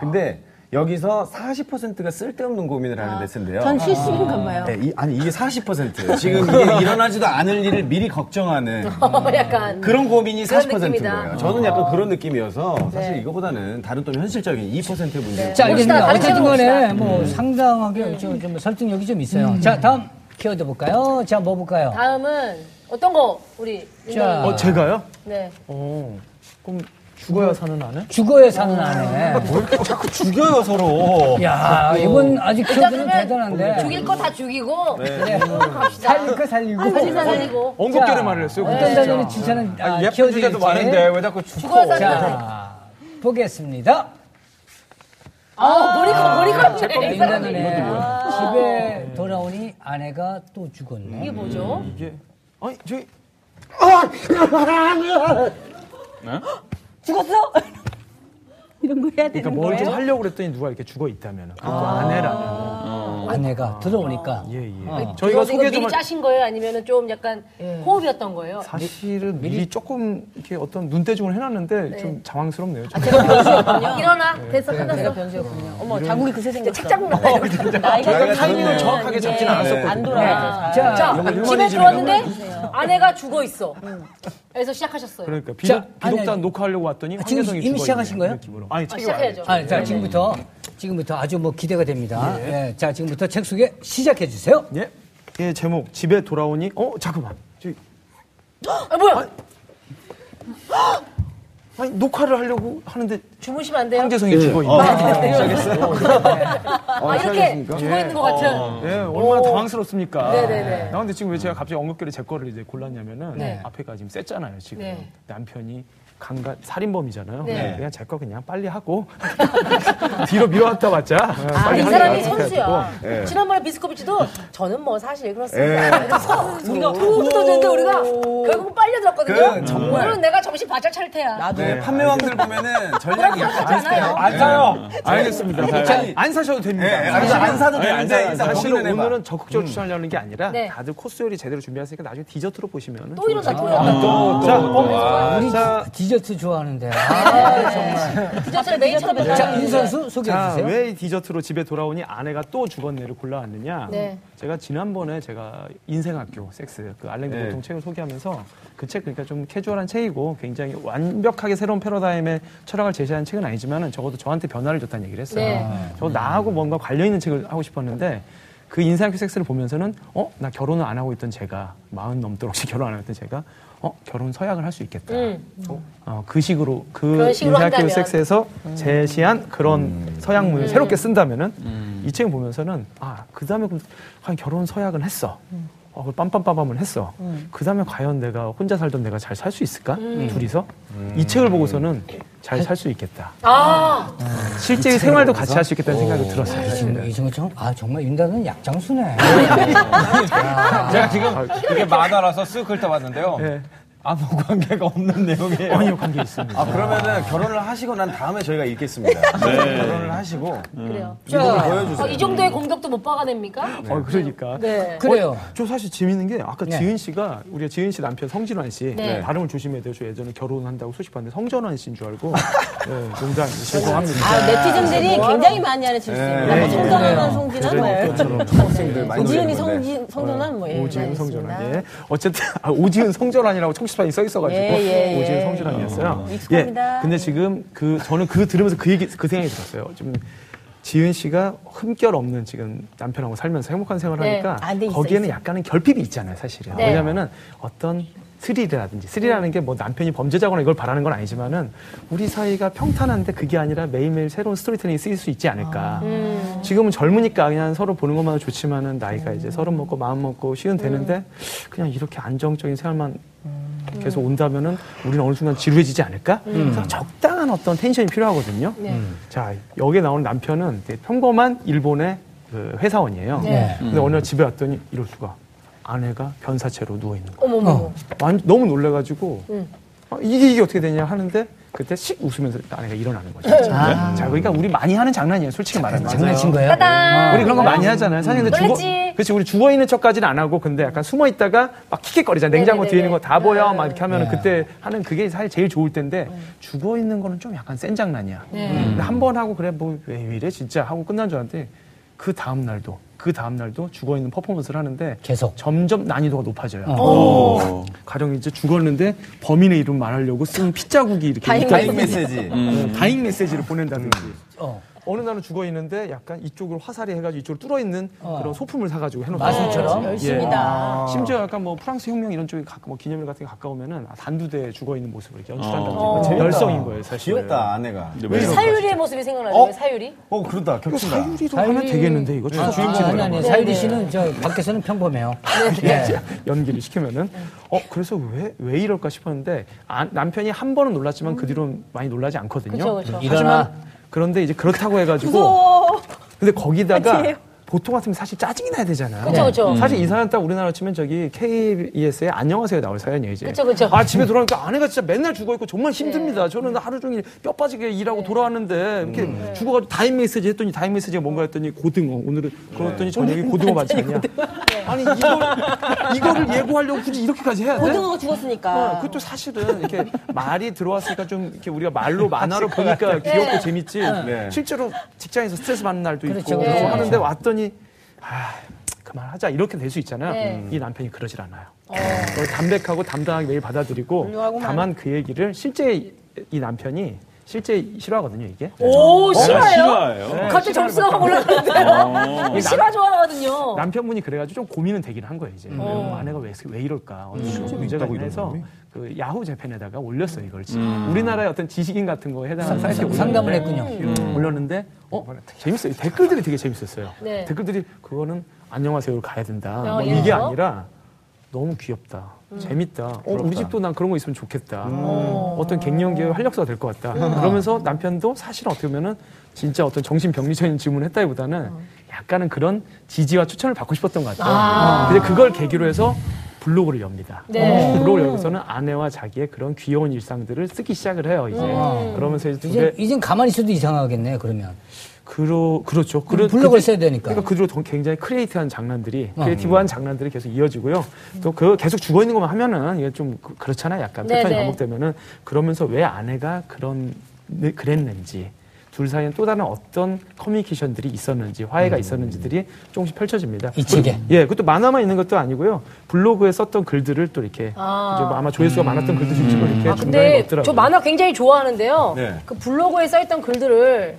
S2: 근데 여기서 40%가 쓸데없는 고민을 하는데 쓴대요.
S8: 전 실수인가 봐요.
S2: 네, 이- 아니 이게 40%예요. 지금 이게 일어나지도 않을 일을 미리 걱정하는
S3: 약간
S2: 그런 고민이
S3: 그런
S2: 40%인
S3: 느낌이다. 아. 네.
S2: 거예요. 저는 약간 그런 느낌이어서 사실 이거보다는 다른 또 현실적인 2%의 문제.
S1: 자,
S3: 봅시다.
S1: 알겠습니다.
S3: 다른
S1: 어쨌든
S3: 책으로
S1: 간에 뭐 상당하게 좀,
S8: 음.
S1: 좀 설득력이 좀 있어요. 자, 다음 키워드 볼까요? 자, 뭐 볼까요?
S3: 다음은 어떤 거 우리
S1: 자,
S9: 어, 제가요?
S3: 네.
S9: 그럼 죽어야 사는 아내?
S1: 죽어야 사는 아내.
S9: 뭘 이렇게 자꾸 죽여요, 서로.
S1: 야, 이건 아직
S8: 그
S1: 키워드는
S3: 일단은
S1: 대단한데. 네.
S3: 죽일 거 다 죽이고
S1: 살릴 거 살리고.
S3: 살리고 살리고
S9: 언급결에 말을 했어요.
S5: 네.
S1: 어떤 단어는 진짜는 네. 아, 키워드
S5: 주제도
S1: 일지.
S5: 많은데 왜 자꾸
S3: 죽어야
S5: 죽고?
S3: 사는 거.
S1: 자, 보겠습니다.
S3: 아 머리가 머리가
S1: 이 인간이네. 집에 돌아오니 아내가 또 죽었네.
S3: 이게 뭐죠?
S9: 아니, 저희
S8: 죽었어? 이런 거 해야 되는
S9: 그러니까 뭘 좀
S8: 거예요?
S9: 하려고 그랬더니 누가 이렇게 죽어 있다면 그거 아내라면
S1: 아내가 들어오니까.
S9: 예예
S3: 저희가
S9: 저희가
S3: 소개
S9: 소개
S3: 미리
S9: 좀 할-
S3: 짜신 거예요? 아니면은 좀 약간 호흡이었던 거예요?
S9: 사실은 미리 조금 이렇게 어떤 눈대중을 해놨는데 좀 당황스럽네요 좀.
S3: 일어나 됐어
S8: 내가
S3: 끝났어.
S8: 변수였군요. 어머, 자국이 그새 생겼어.
S3: 책장 나와.
S8: 나이가 예,
S9: 타이밍을 정확하게 잡진 않았었거든요.
S8: 안 돌아가죠. 잘.
S1: 자,
S3: 자
S2: 이런 거
S3: 집에
S2: 일반인이라고
S3: 들어왔는데 아내가 죽어 있어. 그래서 시작하셨어요.
S9: 그러니까
S1: 자,
S9: 비록, 비독단
S1: 아니,
S9: 녹화하려고 왔더니
S1: 지금
S9: 황재성이
S1: 이미
S9: 죽어
S1: 시작하신
S9: 있는
S1: 거예요?
S9: 느낌으로. 아니
S3: 아,
S9: 책이
S3: 시작해야죠.
S1: 아, 자, 지금부터, 지금부터 아주 뭐 기대가 됩니다. 예, 자, 지금부터 책 소개 시작해 주세요.
S9: 예? 예 제목 집에 돌아오니 어 잠깐만 저기
S3: 아, 뭐야?
S9: 아니 녹화를 하려고 하는데
S3: 주무시면 안 돼요?
S9: 황재성이 죽어 있는
S3: 아, 이렇게
S2: 시작했습니까?
S3: 죽어 있는 것 같은.
S9: 예, 얼마나 당황스럽습니까.
S3: 음.
S9: 아,
S3: 네네네.
S9: 나 근데 지금 왜 제가 갑자기 언급결에 제 거를 이제 골랐냐면은
S3: 네.
S9: 앞에가 지금 셌잖아요 지금
S3: 네.
S9: 남편이 강간 살인범이잖아요.
S3: 네.
S9: 그냥 제 거 그냥 빨리 하고 뒤로 미뤄왔다 봤자
S3: 아, 이
S9: 하는
S3: 사람이
S9: 거야.
S3: 선수야.
S2: 예.
S3: 지난번에 비스코비치도 저는 뭐 사실 그렇습니다. 그래서 우리가 툭 던졌는데 우리가 결국 빨려들었거든요.
S2: 그 정말.
S3: 오늘은 내가 정신 바짝 차릴 테야.
S5: 네,
S2: 판매왕들 보면은 전략이 약간
S3: 맞잖아요.
S2: 안 사요.
S5: 네.
S9: 알겠습니다. 안 사셔도 됩니다.
S2: 알아서 안 사도
S4: 안
S2: 되는데
S4: 사요.
S2: 일단
S9: 사실
S2: 고민을 해봐.
S9: 오늘은 적극적으로 추천하려는 게 아니라
S3: 네.
S9: 다들 코스 요리 제대로 준비하셨으니까 나중에 디저트로 보시면
S3: 또 이런다, 또 이런다.
S9: 자, 어,
S1: 우리
S9: 자,
S1: 디저트 좋아하는데. 아, 정말.
S3: 디저트를 그 메인처럼 맨날
S1: 자,
S3: 하는데.
S1: 인 선수
S9: 자,
S1: 소개해주세요.
S9: 왜 이 디저트로 집에 돌아오니 아내가 또 주번뇌를 골라왔느냐?
S3: 네.
S9: 제가 지난번에 제가 인생학교 섹스 그 알랭드
S2: 네.
S9: 보통 책을 소개하면서 그 책 그러니까 좀 캐주얼한 책이고 굉장히 완벽하게 새로운 패러다임의 철학을 제시하는 책은 아니지만은 적어도 저한테 변화를 줬다는 얘기를 했어요.
S3: 네.
S9: 저 나하고 뭔가 관련 있는 책을 하고 싶었는데 그 인생학교 섹스를 보면서는 어 나 결혼을 안 하고 있던 제가 마흔 넘도록 결혼 안 하고 있던 제가 어 결혼 서약을 할 수 있겠다.
S3: 음.
S9: 어, 그 식으로 그
S3: 그런 식으로
S9: 인생학교
S3: 한다면. 음.
S9: 섹스에서 제시한 그런 서양문을 새롭게 쓴다면은 이 책을 보면서는 아 그 다음에 그럼 과연 결혼 서약은 했어.
S3: 음.
S9: 어, 그걸 빰빰빰빰은 했어. 그 다음에 과연 내가 혼자 살던 내가 잘 살 수 있을까?
S3: 음.
S9: 둘이서? 이 책을 보고서는 잘 살 수 있겠다.
S3: 아,
S9: 실제 생활도 같이 할 수 있겠다는 생각이 들었어요.
S1: 이승우, 이승우 참, 아, 정말 윤다는 약장수네.
S5: 제가
S9: 아,
S5: 지금 그게 만화라서 쓱 훑어봤는데요.
S9: 네.
S5: 아무 관계가 없는 내용이에요.
S9: 아니요, 관계
S3: 네.
S9: 있습니다.
S2: 아 그러면은 결혼을 하시고 난 다음에 저희가 읽겠습니다. 네. 결혼을 하시고
S3: 그래요.
S2: 이걸
S3: 아,
S2: 보여주세요.
S3: 이 정도의 공격도 못 박아냅니까?
S9: 어, 그러니까.
S3: 네.
S1: 그래요.
S9: 저 사실 재밌는 게 아까
S1: 네.
S9: 지은 씨가 우리가 지은 씨 남편 성진환 씨
S3: 네.
S9: 발음을 조심해야 돼요. 저 예전에 결혼한다고 소식 봤는데 성전환 씨인 줄 알고 예, 농담 죄송합니다.
S8: 아, 네티즌들이 굉장히 많이 알아주있습니다
S2: 네.
S8: 송전환, 송진환, 뭐.
S2: 학생들 많이
S8: 오지은이
S2: 노리는데.
S8: 성진, 성전환, 뭐. 예.
S9: 오지은 성전환 예. 어쨌든 아, 오지은 성전환이라고 청취판이 써 있어가지고
S8: 예, 예, 예.
S9: 오지은 성전환이었어요.
S8: 익숙합니다.
S9: 근데 지금 그 저는 그 들으면서 그 얘기 그 생각이 들었어요. 좀 지은 씨가 흠결 없는 지금 남편하고 살면서 행복한 생활을
S3: 네.
S9: 하니까
S8: 아, 네, 있어,
S9: 거기에는
S8: 있어.
S9: 약간은 결핍이 있잖아요, 사실은.
S3: 네.
S9: 왜냐면은 어떤 스릴이라든지 스릴이라는 게 뭐 남편이 범죄자거나 이걸 바라는 건 아니지만은 우리 사이가 평탄한데 그게 아니라 매일매일 새로운 스토리텔링이 쓰일 수 있지
S8: 아.
S9: 않을까.
S8: 음.
S9: 지금은 젊으니까 그냥 서로 보는 것만 좋지만은 나이가 이제 서른 먹고 마음 먹고 쉬운 되는데 그냥 이렇게 안정적인 생활만 계속 온다면은 우리는 어느 순간 지루해지지 않을까? 그래서 적당한 어떤 텐션이 필요하거든요. 음. 자, 여기에 나오는 남편은 되게 평범한 일본의 그 회사원이에요. 음.
S3: 네.
S9: 근데 어느 날 집에 왔더니 이럴 수가 아내가 변사체로 누워 있는 거.
S3: 어머머. 어.
S9: 완 너무 놀래가지고 아, 이게 이게 어떻게 되냐 하는데 그때 씩 웃으면서 아내가 일어나는 거죠.
S1: 음.
S9: 자, 그러니까 우리 많이 하는 장난이에요. 솔직히 말하면.
S1: 장난친 거예요?
S3: 따단.
S9: 우리 그런 거 많이 하잖아요. 사실 근데 죽어,
S3: 놀랬지.
S9: 그렇지 우리 죽어 있는 척까지는 안 하고 근데 약간 숨어 있다가 막 킥킥거리잖아. 냉장고 뒤에 있는 거 다 보여 막 이렇게 하면은 그때 하는 그게 사실 제일 좋을 텐데 죽어 있는 거는 좀 약간 센 장난이야. 음. 근데 한 번 하고 그래 뭐 왜 이래 진짜 하고 끝난 줄 알았는데 그 다음 날도 그 다음 날도 죽어 있는 퍼포먼스를 하는데
S1: 계속.
S9: 점점 난이도가 높아져요.
S4: 어.
S9: 가령 이제 죽었는데 범인의 이름 말하려고 쓴 핏자국이 이렇게
S8: 다행
S9: 있다는
S2: 다잉 메시지.
S3: 음.
S9: 어, 다잉 메시지를 보낸다든지.
S1: 어.
S9: 어느 날은 죽어 있는데 약간 이쪽으로 화살이 해가지고 이쪽으로 뚫어 있는 그런 소품을 사가지고 해놓은 예.
S1: 마술처럼?
S8: 열심이다.
S9: 심지어 약간 뭐 프랑스 혁명 이런 쪽에 가까, 뭐 기념일 같은 게 가까우면은 아, 단두대에 죽어 있는 모습을 이렇게 연출한다든지
S2: 어,
S9: 어.
S2: 재밌다.
S9: 열성인 거예요 사실.
S2: 귀엽다 아내가.
S4: 근데
S3: 우리
S4: 왜
S3: 사유리의 모습이 생각나네요.
S2: 어?
S3: 사유리.
S2: 어 그러다 겹친다.
S9: 사유리로 하면 되겠는데 이거
S1: 아,
S9: 추석
S1: 아니,
S9: 주인공이
S3: 네,
S1: 아니, 사유리 씨는 저 밖에서는 평범해요. 네.
S9: 연기를 시키면은 어 그래서 왜 왜 이럴까 싶었는데 아, 남편이 한 번은 놀랐지만 그 뒤로는 많이 놀라지 않거든요.
S3: 그쵸, 그쵸.
S9: 하지만 그런데 이제 그렇다고 해가지고
S8: 무서워.
S9: 근데 거기다가
S8: 아니에요.
S9: 보통 같으면 사실 짜증이 나야 되잖아요. 네.
S3: 그쵸, 그쵸.
S9: 사실 이 사연 딱 우리나라 치면 저기 KBS에 안녕하세요 나올 사연이에요 이제.
S3: 그쵸, 그쵸.
S9: 아 집에 돌아오니까 아내가 진짜 맨날 죽어 있고 정말 힘듭니다. 저는 하루 종일 뼈 빠지게 일하고 돌아왔는데 이렇게 죽어가지고 다인 메시지 했더니 다인 메시지가 뭔가 했더니 고등어 오늘은 그랬더니 저녁에 고등어 맞지 않냐? 아니 이걸 이거를 예고하려고 굳이 이렇게까지 해야 돼?
S8: 고등어가 죽었으니까.
S9: 네, 그것도 사실은 이렇게 말이 들어왔으니까 좀 이렇게 우리가 말로 만화로 보니까 귀엽고 재밌지. 실제로 직장에서 스트레스 받는 날도
S1: 그렇죠,
S9: 있고
S1: 그렇죠,
S9: 그러고
S1: 그렇죠.
S9: 하는데 왔더니 아 그만하자 이렇게 될 수 있잖아요. 음.
S3: 네.
S9: 이 남편이 그러질 않아요. 그걸 담백하고 담당하게 매일 받아들이고
S8: 훌륭하구만.
S9: 다만 그 얘기를 실제 이 남편이 실제 싫어하거든요 이게.
S3: 오, 실화요? 네.
S4: 싫어요. 어.
S3: 갑자기 점수가 확 올라가는데요. 실화 좋아하거든요.
S9: 남편분이 그래가지고 좀 고민은 되긴 한 거예요 이제
S1: 음.
S9: 어, 아내가 왜, 왜 이럴까 어느
S1: 그렇죠.
S9: 정도 문제가 있나 해서 그 야후 재팬에다가 올렸어 요 이걸 지금 우리나라의 어떤 지식인 같은 거에 해당하는 사이트에 올렸는데
S1: 음. 상담을 했군요.
S9: 음. 올렸는데 어 재밌어요 댓글들이 되게 재밌었어요
S3: 네.
S9: 댓글들이 그거는 안녕하세요로 가야 된다
S3: 어,
S9: 뭐
S3: 예.
S9: 이게 아니라 너무 귀엽다. 재밌다. 음. 어, 우리 집도 난 그런 거 있으면 좋겠다. 어떤 갱년기의 활력소가 될 것 같다. 그러면서 남편도 사실은 어떻게 보면은 진짜 어떤 정신병리적인 질문을 했다기보다는 약간은 그런 지지와 추천을 받고 싶었던 것 같아요. 근데 그걸 계기로 해서 블로그를 엽니다. 어,
S3: 네.
S9: 블로그를 열고서는 아내와 자기의 그런 귀여운 일상들을 쓰기 시작을 해요, 이제. 그러면서 이제 두
S1: 이제
S9: 개,
S1: 이젠 가만히 있어도 이상하겠네 그러면
S9: 그러, 그렇죠. 그러-
S1: 음, 블로그를
S9: 그때-
S1: 써야 되니까 어.
S9: 그러니까 그 뒤로 더 굉장히 크리에이티한 장난들이 크리에이티브한 장난들이 계속 이어지고요. 또 그 계속 죽어 있는 것만 하면은 이게 좀 그- 그렇잖아요. 약간
S3: 네,
S9: 패턴이
S3: 네.
S9: 반복되면은 그러면서 왜 아내가 그런 네, 그랬는지 둘 사이에 또 다른 어떤 커뮤니케이션들이 있었는지 화해가 있었는지들이 조금씩 펼쳐집니다.
S1: 음. 이 책에?
S9: 그리고- 예, 그것도 만화만 있는 것도 아니고요. 블로그에 썼던 글들을 또 이렇게
S3: 아.
S9: 이제 뭐 아마
S1: 음.
S9: 조회수가 많았던 글들 중심으로 이렇게
S3: 아,
S9: 중간에
S3: 근데
S9: 넣더라고요.
S3: 저 만화 굉장히 좋아하는데요.
S2: 네.
S3: 그 블로그에 써있던 글들을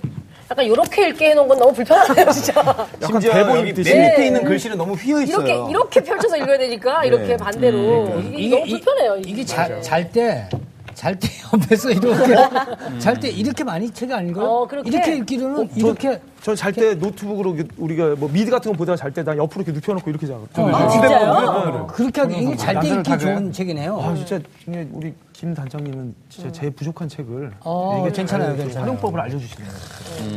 S3: 약간 이렇게 읽게 해놓은 건 너무 불편하네요, 진짜.
S2: 약간
S9: 심지어
S2: 대본
S9: 여기
S2: 밑에
S3: 맨 밑에
S2: 있는 글씨는 너무 휘어 있어요.
S3: 네. 이렇게 이렇게 펼쳐서 읽어야 되니까
S9: 네.
S3: 이렇게
S9: 음,
S3: 반대로
S9: 그러니까.
S3: 이게, 너무 불편해요.
S1: 이- 이게 잘때 잘 때 옆에서 이렇게 잘 때 이렇게 많이 책이 아닌가요?
S3: 음. 어, 그렇게?
S1: 이렇게 읽기로는 이렇게
S9: 저잘 때 노트북으로 이렇게 우리가 뭐 미드 같은 거 보다가 잘 때 난 옆으로 이렇게 눕혀놓고 이렇게
S2: 어.
S9: 자거든요.
S2: 뭐
S1: 아,
S3: 진짜요? 어.
S1: 그렇게 하기 이게 잘 때 읽기
S2: 남들은 다
S1: 좋은 책이네요.
S9: 아 진짜 근데 우리 김 단장님은 진짜 제 부족한 책을
S1: 어,
S9: 되게
S1: 괜찮아요,
S2: 그
S9: 잘
S1: 괜찮아요.
S9: 활용법을 알려주시네요.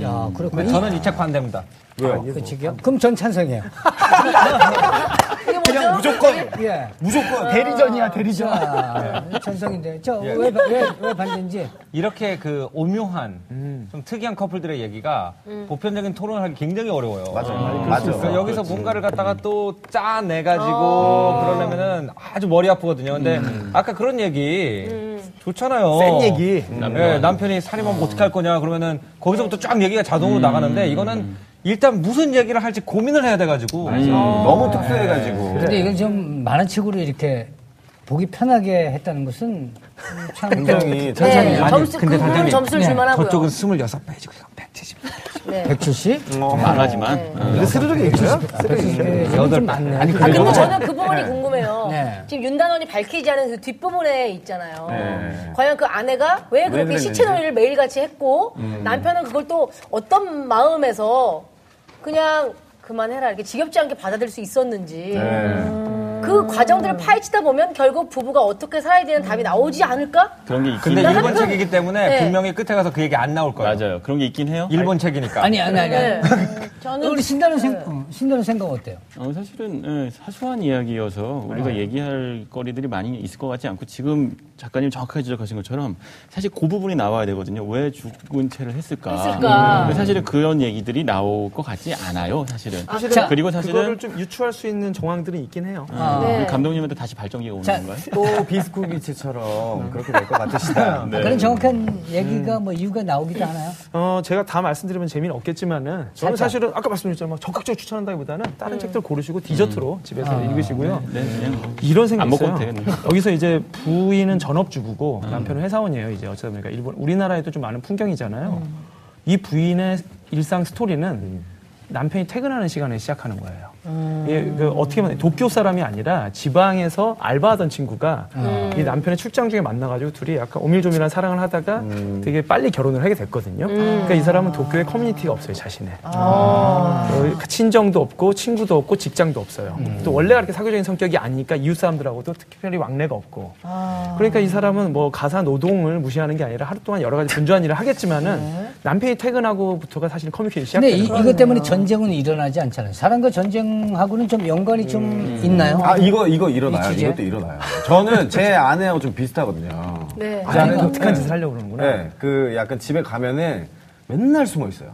S1: 야,
S2: 음.
S1: 그렇군요.
S5: 근데 저는 이 책 반대입니다.
S1: 이-
S2: 뭐
S1: 그 책이요? 그럼 전 찬성해요.
S2: 그냥 무조건
S1: 예.
S2: 무조건 대리전이야 대리전. 예.
S1: 자, 찬성인데 저왜왜 왜 반대인지
S5: 이렇게 그 오묘한 좀 특이한 커플들의 얘기가
S3: 음.
S5: 보편적인 토론을 하기 굉장히 어려워요. 맞아요.
S2: 맞아. 그렇죠.
S5: 여기서 뭔가를 갖다가 또 짜내가지고
S3: 어.
S5: 그러려면은 아주 머리 아프거든요. 근데 아까 그런 얘기
S3: 음.
S5: 좋잖아요.
S9: 센 얘기.
S5: 예, 남편이 살인범 어떻게 할 거냐 그러면은 거기서부터 쫙 얘기가 자동으로 나가는데 이거는 일단 무슨 얘기를 할지 고민을 해야 돼가지고
S3: 어.
S2: 너무 특수해가지고.
S3: 네.
S1: 근데 이걸 좀 만화책으로 이렇게 보기 편하게 했다는 것은 참 굉장히
S3: 네, 점수, 그 부분은 점수를
S9: 네,
S3: 줄만하고요. 네.
S5: 저쪽은 26배 지고 이건 170.
S1: 170?
S4: 말하지만 어,
S2: 근데 스르륵 얘기해요?
S1: 170? 좀 아, 많네. 아니
S3: 아, 근데 저는 그 부분이 궁금해요.
S1: 네.
S3: 지금 윤단원이 밝히지 않은 그 뒷부분에 있잖아요.
S9: 네.
S3: 과연 그 아내가 왜 그렇게
S2: 그랬는지.
S3: 시체놀이를 매일같이 했고
S9: 음.
S3: 남편은 그걸 또 어떤 마음에서 그냥 그만해라 이렇게 지겹지 않게 받아들일 수 있었는지
S9: 네.
S3: 그 과정들을 파헤치다 보면 결국 부부가 어떻게 살아야 되는 답이 나오지 않을까?
S4: 그런 게 있긴
S5: 근데
S4: 해요.
S5: 일본 책이기 때문에
S3: 네.
S5: 분명히 끝에 가서 그 얘기 안 나올 거예요.
S4: 맞아요. 그런 게 있긴 해요.
S5: 일본 책이니까.
S1: 아니 아니 아니.
S3: 네.
S1: 저는 우리 신다는 생 어, 신다는 생각 어때요?
S4: 어, 사실은 예, 사소한 이야기여서 우리가 얘기할 거리들이 많이 있을 것 같지 않고 지금 작가님 정확하게 지적하신 것처럼 사실 그 부분이 나와야 되거든요. 왜 죽은 채를 했을까?
S3: 했을까? 네.
S4: 음. 사실은 그런 얘기들이 나올 것 같지 않아요. 사실은.
S9: 사실은
S4: 그리고
S9: 그거를
S4: 사실은
S9: 좀 유추할 수 있는 정황들이 있긴 해요.
S1: 어.
S4: 아,
S3: 네.
S4: 우리 감독님한테 다시 발전기가 오는
S1: 자,
S4: 건가요?
S2: 또 비스코비치처럼 그렇게 될 것 같으시다.
S9: 네.
S1: 그런 정확한 얘기가 뭐 이유가 나오기도 하나요?
S9: 어, 제가 다 말씀드리면 재미는 없겠지만은 저는 사실은 아까 말씀드렸지만 막 적극적으로 추천한다기보다는 다른 책들 고르시고 디저트로 집에서 읽으시고요.
S4: 네, 그냥
S9: 이런 생각이
S4: 안 먹어도 음.
S9: 있어요.
S4: 되겠네.
S9: 여기서 이제 부인은 전업주부고 남편은 회사원이에요. 이제 어쩌다 보니까 일본 우리나라에도 좀 많은 풍경이잖아요. 이 부인의 일상 스토리는
S4: 음.
S9: 남편이 퇴근하는 시간에 시작하는 거예요. 예, 그 어떻게 보면 도쿄 사람이 아니라 지방에서 알바하던 친구가 이 남편의 출장 중에 만나가지고 둘이 약간 오밀조밀한 사랑을 하다가
S4: 음.
S9: 되게 빨리 결혼을 하게 됐거든요. 그러니까 이 사람은 도쿄에 커뮤니티가 없어요, 자신의. 어, 친정도 없고 친구도 없고 직장도 없어요.
S1: 음.
S9: 또 원래가 그렇게 사교적인 성격이 아니니까 이웃 사람들하고도 특별히 왕래가 없고. 그러니까 이 사람은 뭐 가사 노동을 무시하는 게 아니라 하루 동안 여러 가지 분주한 일을 하겠지만은 남편이 퇴근하고부터가 사실 커뮤니케이션이
S1: 근데 이,
S9: 시작되는 거예요.
S1: 이것 때문에 전쟁은 일어나지 않잖아요. 사랑과 전쟁하고는 좀 연관이 좀 있나요?
S2: 아 이거 이거 일어나요.
S1: 주제?
S2: 이것도 일어나요. 저는 제 아내하고 좀 비슷하거든요.
S3: 네.
S9: 아, 아내가 독특한 짓을 하려고 그러는구나.
S2: 네, 그 약간 집에 가면은 맨날 숨어 있어요.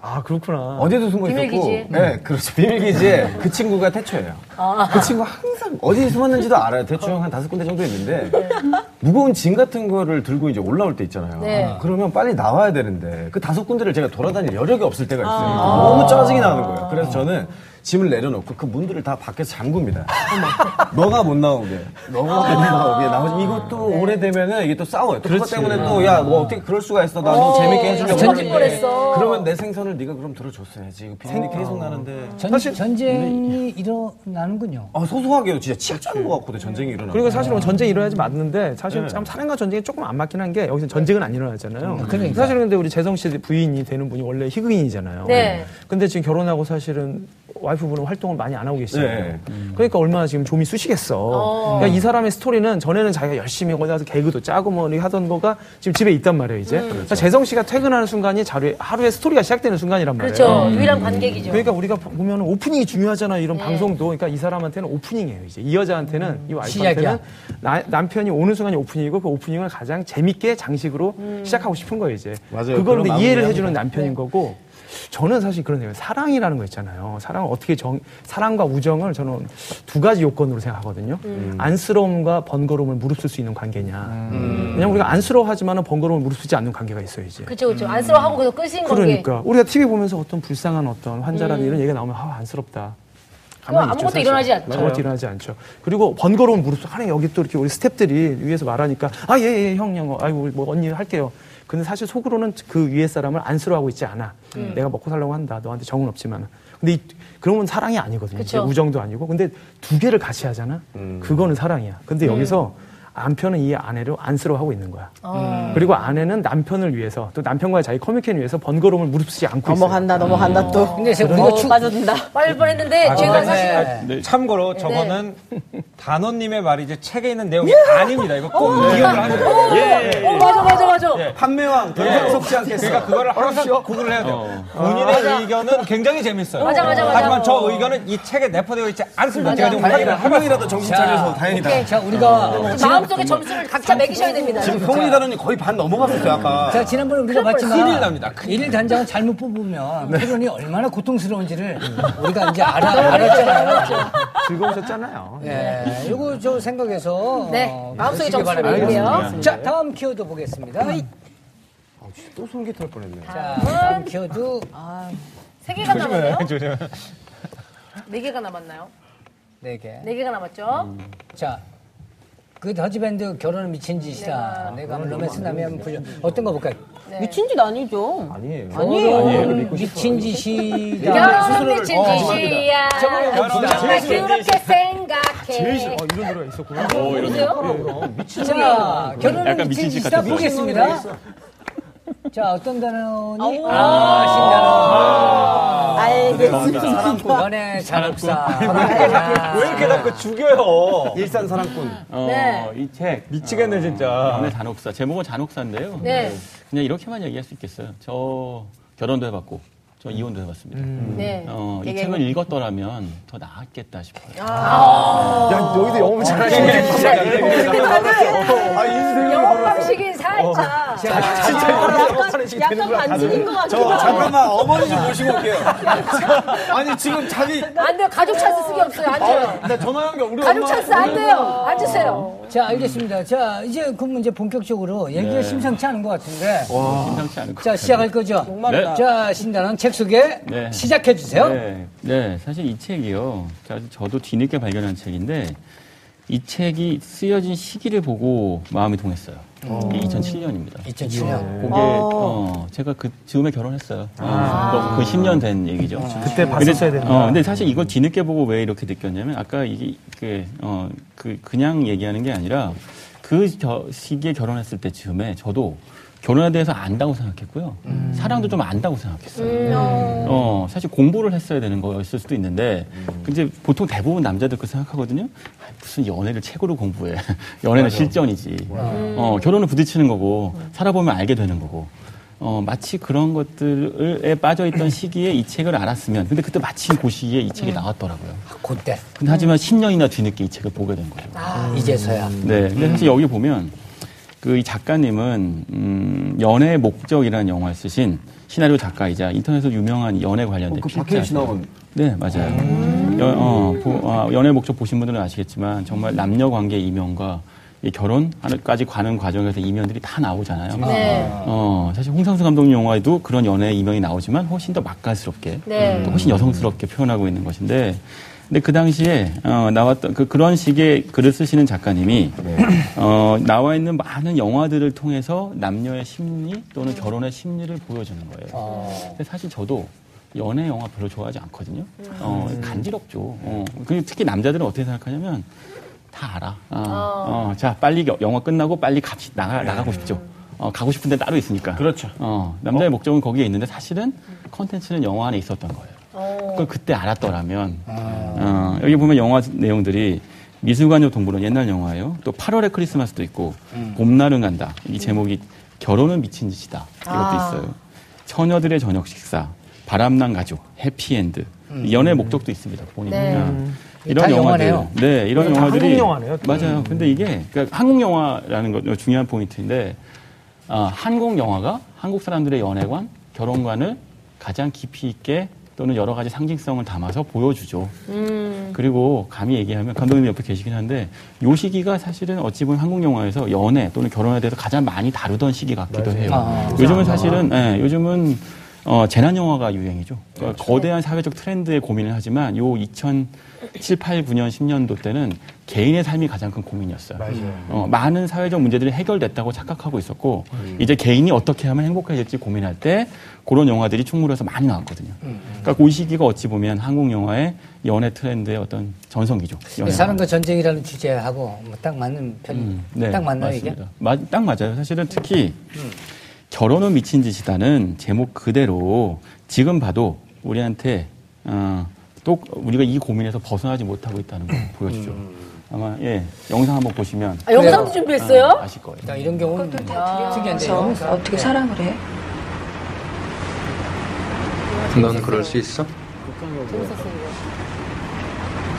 S9: 아, 그렇구나.
S2: 어제도 숨어 있었고,
S3: 비밀기지에?
S2: 네, 그렇죠. 비밀기지에 그 친구가 태초예요.
S3: 아.
S2: 그 친구 항상 어디 숨었는지도 알아요. 대충 한 다섯 군데 정도 있는데 무거운 짐 같은 거를 들고 이제 올라올 때 있잖아요.
S3: 네.
S2: 그러면 빨리 나와야 되는데 그 다섯 군데를 제가 돌아다닐 여력이 없을 때가 있어요.
S3: 아.
S2: 너무 짜증이 나는 거예요. 그래서 저는 짐을 내려놓고 그 문들을 다 밖에서 잠굽니다. 너가 못 나오게,
S3: 아.
S2: 너가 못 나오게. 나머지 이것도
S3: 네.
S2: 오래되면은 이게 또 싸워요. 또 그것 때문에 또 야 뭐 어떻게 그럴 수가 있어? 나 너 재밌게 해주려고
S3: 숨어질
S2: 그러는데.
S3: 뻔했어.
S2: 그러면 내 생선을 네가 그럼 들어줬어야지. 이거 비린내 계속 나는데.
S1: 전, 전쟁이 일어나는군요.
S2: 아, 소소하게요. 진짜 치약 짜는 것 같거든, 전쟁이
S1: 그렇죠. 네.
S2: 일어나.
S9: 그리고 사실은 뭐 전쟁이 일어나지 맞는데 사실 참 사랑과 전쟁이 조금 안 맞긴 한 게 여기서 전쟁은 안 일어나잖아요.
S1: 그러니까.
S9: 사실은 근데 우리 재성 씨 부인이 되는 분이 원래 희극인이잖아요.
S3: 네.
S9: 근데 지금 결혼하고 사실은 와이프분은 활동을 많이 안 하고 계시잖아요.
S2: 네.
S3: 음.
S9: 그러니까 얼마나 지금 좀이 쑤시겠어. 그러니까 이 사람의 스토리는 전에는 자기가 열심히 거기 가서 개그도 짜고 뭐 이렇게 하던 거가 지금 집에 있단 말이에요, 이제.
S3: 음.
S9: 그러니까 재성 씨가 퇴근하는 순간이 자루에, 하루의 스토리가 시작되는 순간이란 말이에요.
S3: 그렇죠. 유일한 관객이죠.
S9: 음. 그러니까 우리가 보면 오프닝이 중요하잖아요. 이런 방송도. 그러니까 이 사람한테는 오프닝이에요. 이제 이 여자한테는 이 와이프한테는
S1: 시작이야.
S9: 나- 남편이 오는 순간이 오프닝이고 그 오프닝을 가장 재밌게 장식으로 시작하고 싶은 거예요. 이제
S2: 맞아요.
S9: 그걸
S2: 그런
S9: 근데
S2: 마음이
S9: 이해를
S2: 합니다.
S9: 해주는 남편인 거고. 저는 사실 그런 생각이에요. 사랑이라는 거 있잖아요. 사랑을 어떻게 정, 사랑과 우정을 저는 두 가지 요건으로 생각하거든요.
S2: 음.
S9: 안쓰러움과 번거로움을 무릅쓸 수 있는 관계냐.
S2: 음.
S9: 왜냐면 우리가 안쓰러워하지만 번거로움을 무릅쓰지 않는 관계가 있어요, 이제.
S3: 그렇죠, 그렇죠. 안쓰러워하고 계속 끄신 관계.
S9: 그러니까 우리가 TV 보면서 어떤 불쌍한 어떤 환자라는 이런 얘기가 나오면 아 안쓰럽다.
S3: 그거
S9: 가만히 있죠,
S3: 아무것도
S9: 사실.
S3: 일어나지 않죠.
S9: 아무것도 일어나지 않죠. 그리고 번거로운 무릎 하에 여기 또 이렇게 우리 스탭들이 위에서 말하니까 아 예 예 형 형 아이고 우리 뭐 언니 할게요. 근데 사실 속으로는 그 위에 사람을 안쓰러워하고 있지 않아.
S3: 음.
S9: 내가 먹고 살려고 한다. 너한테 정은 없지만. 근데 이, 그런 건 사랑이 아니거든요.
S3: 그쵸.
S9: 우정도 아니고. 근데 두 개를 같이 하잖아. 그거는 사랑이야. 근데
S3: 음.
S9: 여기서 남편은 이 아내를 안쓰러워하고 있는 거야.
S3: 어.
S9: 그리고 아내는 남편을 위해서 또 남편과 의 자기 커뮤니케이션을 위해서 번거로움을 무릅쓰지 않고 네. 있어요.
S8: 넘어간다, 넘어간다 또.
S1: 근데 제가
S8: 어,
S1: 우리가 추,
S8: 빠져든다.
S3: 빠질
S5: 아,
S3: 뻔했는데 제가 사실 그
S4: 네.
S5: 참고로 저거는 단원님의 말이 이제 책에 있는 내용이 아닙니다. 이거 꼭 기억을 하셔야 돼요.
S3: 어 맞아 맞아 맞아.
S2: 예. 판매왕 더 이상 속지 않겠어.
S5: 그러니까 그거를 항상 구분을 해야 돼요. 본인의 의견은 굉장히 재밌어요.
S3: 어. 맞아, 맞아, 맞아.
S5: 하지만 저 의견은 이 책에 내포되어 있지 않습니다. 제가 지금
S2: 다행이다.
S5: 확인을
S2: 한 명이라도 정신 차려서 그 다행이다.
S1: 자, 우리가
S3: 그 마음속에 점수를 각자 매기셔야 됩니다.
S2: 지금 성훈이 다루니 거의 반 넘어갔었어요, 아까.
S1: 자, 지난번에 우리가 봤지만
S5: 큰일 납니다. 큰일
S1: 일일 단장은 잘못 뽑으면 토론이 얼마나 고통스러운지를 우리가 이제 알아, 알았잖아요.
S9: 즐거우셨잖아요.
S1: 예, 이거 저 생각해서
S3: 네,
S1: 어, 보시기
S3: 마음속에 점수를
S1: 바랍니다.
S3: 알겠습니다.
S1: 자, 다음 키워드 보겠습니다.
S2: 아, 또 솔깃할 뻔했네.
S1: 자, 다음 키워드
S3: 세 개가 남았네요. 네 개가 남았나요?
S1: 네 개.
S3: 네 개가 남았죠.
S1: 자, 그 더지밴드 결혼은 미친 짓이다. 내가 하면 로맨스 남이하면 불려. 어떤 거 볼까요?
S8: 미친 짓 아니죠.
S2: 아니에요.
S1: 결혼은 미친 짓이다.
S3: 결혼 미친 짓이야.
S1: 저거요, 봅시다.
S3: 정말
S1: 제일
S3: 그렇게 생각해.
S9: 어, 이런 노래가 있었구나.
S3: 그러세요?
S1: 자, 결혼은
S4: 네.
S1: 미친
S4: 약간 미친 짓
S1: 짓이다
S4: 같은 거.
S1: 보겠습니다. 자, 어떤 단어니?
S3: 아우.
S1: 아, 신단어.
S8: 알겠습니다.
S4: 아.
S1: 연애 잔혹사.
S5: 왜 이렇게 자꾸 죽여요?
S2: 일산 사랑꾼.
S4: 어,
S3: 네.
S4: 이 책
S5: 미치겠네, 진짜.
S4: 남의 어, 잔혹사 제목은 잔혹사인데요.
S3: 네.
S4: 그냥 이렇게만 얘기할 수 있겠어요. 저 결혼도 해봤고 저 이혼도 해봤습니다.
S3: 네.
S4: 어, 이
S3: 얘기해
S4: 책을 읽었더라면 더 나았겠다 싶어요.
S2: 야, 여기도 영업 잘하시네. 아, 인생을 아,
S3: 영업 방식이 살짝.
S2: 어.
S8: 약간 반칙인 것 같기도
S2: 저
S8: 하고.
S2: 잠깐만 어머니 좀 모시고 올게요. 아니 지금 자기
S3: 안 돼요. 가족 찬스 쓰기 없어요. 안 돼요.
S2: 나 전화 연결 우리
S3: 네. 가족
S2: 엄마
S3: 찬스 안 돼요. 앉으세요.
S1: 자, 알겠습니다. 자, 이제 그 문제 본격적으로 얘기가
S4: 네.
S1: 심상치 않은 것 같은데.
S4: 어, 심상치 않을 것
S1: 자,
S4: 같아요.
S1: 시작할 거죠?
S4: 네.
S1: 자, 신단원 책 소개
S4: 네.
S1: 시작해 주세요.
S4: 네. 네, 사실 이 책이요. 자, 저도 뒤늦게 발견한 책인데 이 책이 쓰여진 시기를 보고 마음이 동했어요. 이게 2007년입니다.
S5: 뭐
S1: 2007년.
S4: 그게 어, 제가 그 즈음에 결혼했어요. 그럼 그 10년 된 얘기죠.
S9: 그때 봤었어야
S4: 근데,
S9: 되는데.
S4: 어, 근데 사실 이걸 뒤늦게 보고 왜 이렇게 느꼈냐면 아까 이게 그, 어, 그 그냥 얘기하는 게 아니라 그 겨- 시기에 결혼했을 때 즈음에 저도 결혼에 대해서 안다고 생각했고요. 사랑도 좀 안다고 생각했어요. 어, 사실 공부를 했어야 되는 거였을 수도 있는데, 근데 보통 대부분 남자들 그 생각하거든요? 아, 무슨 연애를 책으로 공부해. 연애는 실전이지. 어, 결혼은 부딪히는 거고, 살아보면 알게 되는 거고. 어, 마치 그런 것들에 빠져있던 시기에 이 책을 알았으면, 근데 그때 마침 그 시기에 이 책이 나왔더라고요.
S1: 그때.
S4: 근데 하지만 10년이나 뒤늦게 이 책을 보게 된 거죠.
S1: 아. 이제서야.
S4: 네. 근데 사실 여기 보면 그 이 작가님은 음, 연애의 목적이라는 영화를 쓰신 시나리오 작가이자 인터넷에서 유명한 연애 관련된
S2: 그
S4: 필자죠.
S2: 박해일 씨 나온
S4: 네, 맞아요. 연, 어, 보- 아, 연애 목적 보신 분들은 아시겠지만 정말 남녀 관계 이면과 이 결혼까지 가는 과정에서 이면들이 다 나오잖아요.
S3: 네.
S4: 어, 사실 홍상수 감독님 영화에도 그런 연애 이면이 나오지만 훨씬 더 맛깔스럽게,
S3: 네.
S4: 또 훨씬 여성스럽게 표현하고 있는 것인데, 근데 그 당시에 어, 나왔던 그, 그런 식의 글을 쓰시는 작가님이 어, 나와 있는 많은 영화들을 통해서 남녀의 심리 또는 결혼의 심리를 보여주는 거예요. 근데 사실 저도 연애 영화 별로 좋아하지 않거든요. 어, 간지럽죠. 어, 그리고 특히 남자들은 어떻게 생각하냐면 다 알아. 아, 어, 자, 빨리 여- 영화 끝나고 빨리 같이 나가, 나가고 싶죠. 어, 가고 싶은데 따로 있으니까.
S2: 그렇죠.
S4: 어, 남자의 목적은 거기에 있는데 사실은 컨텐츠는 영화 안에 있었던 거예요. 그걸 그때 알았더라면
S2: 아.
S4: 어, 여기 보면 영화 내용들이 미술관역 동물원 옛날 영화예요. 또 8월의 크리스마스도 있고
S2: 음.
S4: 봄날은 간다. 이 제목이 결혼은 미친 짓이다. 이것도
S3: 아.
S4: 있어요. 처녀들의 저녁 식사, 바람난 가족, 해피엔드.
S2: 음.
S4: 연애 목적도 있습니다. 보니까
S3: 네.
S4: 이런
S1: 다
S4: 영화들,
S1: 영화네요.
S4: 네 이런
S9: 다
S4: 영화들이
S9: 한국 영화네요.
S4: 맞아요. 근데 이게 그러니까 한국 영화라는 거 중요한 포인트인데 아, 한국 영화가 한국 사람들의 연애관, 결혼관을 가장 깊이 있게 또는 여러 가지 상징성을 담아서 보여주죠. 그리고 감히 얘기하면 감독님 옆에 계시긴 한데 요 시기가 사실은 어찌 보면 한국 영화에서 연애 또는 결혼에 대해서 가장 많이 다루던 시기 같기도 해요.
S1: 아,
S4: 요즘은 사실은 예, 요즘은 어, 재난 영화가 유행이죠. 그러니까 거대한 사회적 트렌드에 고민을 하지만 요 2007, 8, 9년, 10년도 때는 개인의 삶이 가장 큰 고민이었어요. 어, 많은 사회적 문제들이 해결됐다고 착각하고 있었고 이제 개인이 어떻게 하면 행복해질지 고민할 때 그런 영화들이 충무해서 많이 나왔거든요. 그러니까 그 시기가 어찌 보면 한국 영화의 연애 트렌드의 어떤 전성기죠. 연애
S1: 사람과
S4: 영화.
S1: 전쟁이라는 주제하고 뭐딱 맞는 편이
S4: 음, 네,
S1: 딱 맞나요 이게?
S4: 맞습니다. 마- 딱 맞아요. 사실은 특히 결혼은 미친 짓이다는 제목 그대로 지금 봐도 우리한테 어, 또 우리가 이 고민에서 벗어나지 못하고 있다는 걸 보여주죠. 아마 예 영상 한번 보시면
S3: 아, 영상도 준비했어요?
S4: 아, 아실 거예요.
S1: 그러니까 이런 경우는 특이한데
S10: 그래서
S1: 영
S10: 어떻게 살아보래?
S11: 넌 그럴 수 있어?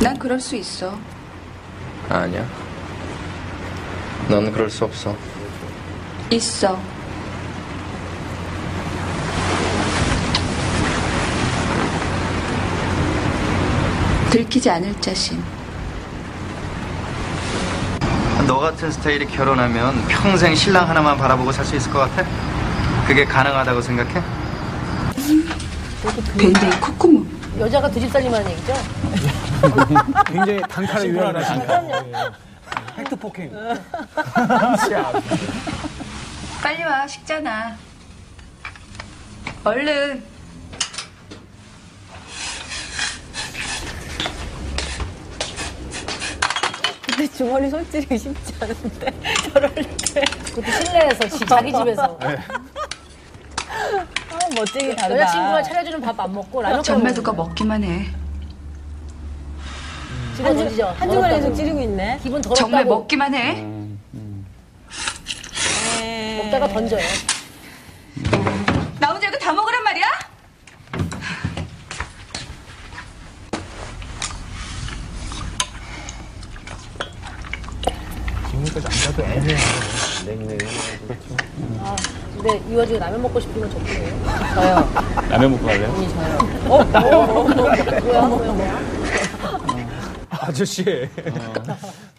S10: 난 그럴 수 있어.
S11: 아니야. 넌 그럴 수 없어.
S10: 있어. 들키지 않을 자신.
S11: 너 같은 스타일이 결혼하면 평생 신랑 하나만 바라보고 살 수 있을 것 같아? 그게 가능하다고 생각해?
S10: 굉장히 콧구멍.
S3: 여자가 두 집 살림하는 얘기죠?
S2: 굉장히 단칼에 유연하다.
S9: 팩트 폭행.
S10: 빨리 와, 식잖아. 얼른.
S8: 근데 주머니 솔직히 쉽지 않은데 저럴 때
S3: 그것도 실내에서 지- 자기 집에서
S8: 아, 멋쟁이 다르다.
S3: 여자친구가 차려주는 밥 안 먹고 라면
S10: 정말
S3: 끓여
S10: 그거 먹기만 해.
S3: 집어 던지죠.
S8: 한 주머니
S3: 먹었다고.
S8: 계속 찌르고 있네.
S3: 기분 더럽다고
S10: 정말 먹기만 해.
S3: 먹다가 던져요.
S10: 나 혼자 이거 다 먹으란 말이야?
S3: 근데 이 와중에 라면 먹고 싶은 건 좋네요.
S4: 라면 먹고 갈래요?
S9: 아저씨.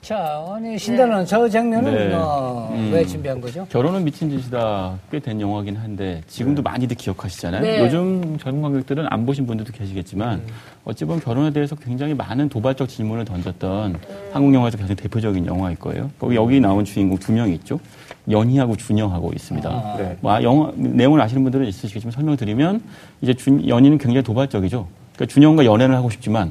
S1: 자, 아니 신단원 저 장면은
S4: 네.
S1: 어,
S4: 음.
S1: 왜 준비한 거죠?
S4: 결혼은 미친 짓이다 꽤 된 영화긴 한데 지금도 많이들 기억하시잖아요.
S3: 네.
S4: 요즘 젊은 관객들은 안 보신 분들도 계시겠지만 어찌 보면 결혼에 대해서 굉장히 많은 도발적 질문을 던졌던 한국 영화에서 가장 대표적인 영화일 거예요. 거기 여기 나온 주인공 두 명이 있죠. 연희하고 준영하고 있습니다.
S2: 네.
S4: 뭐 아, 영화 내용을 아시는 분들은 있으시겠지만 설명드리면 이제 준, 연희는 굉장히 도발적이죠. 그러니까 준영과 연애를 하고 싶지만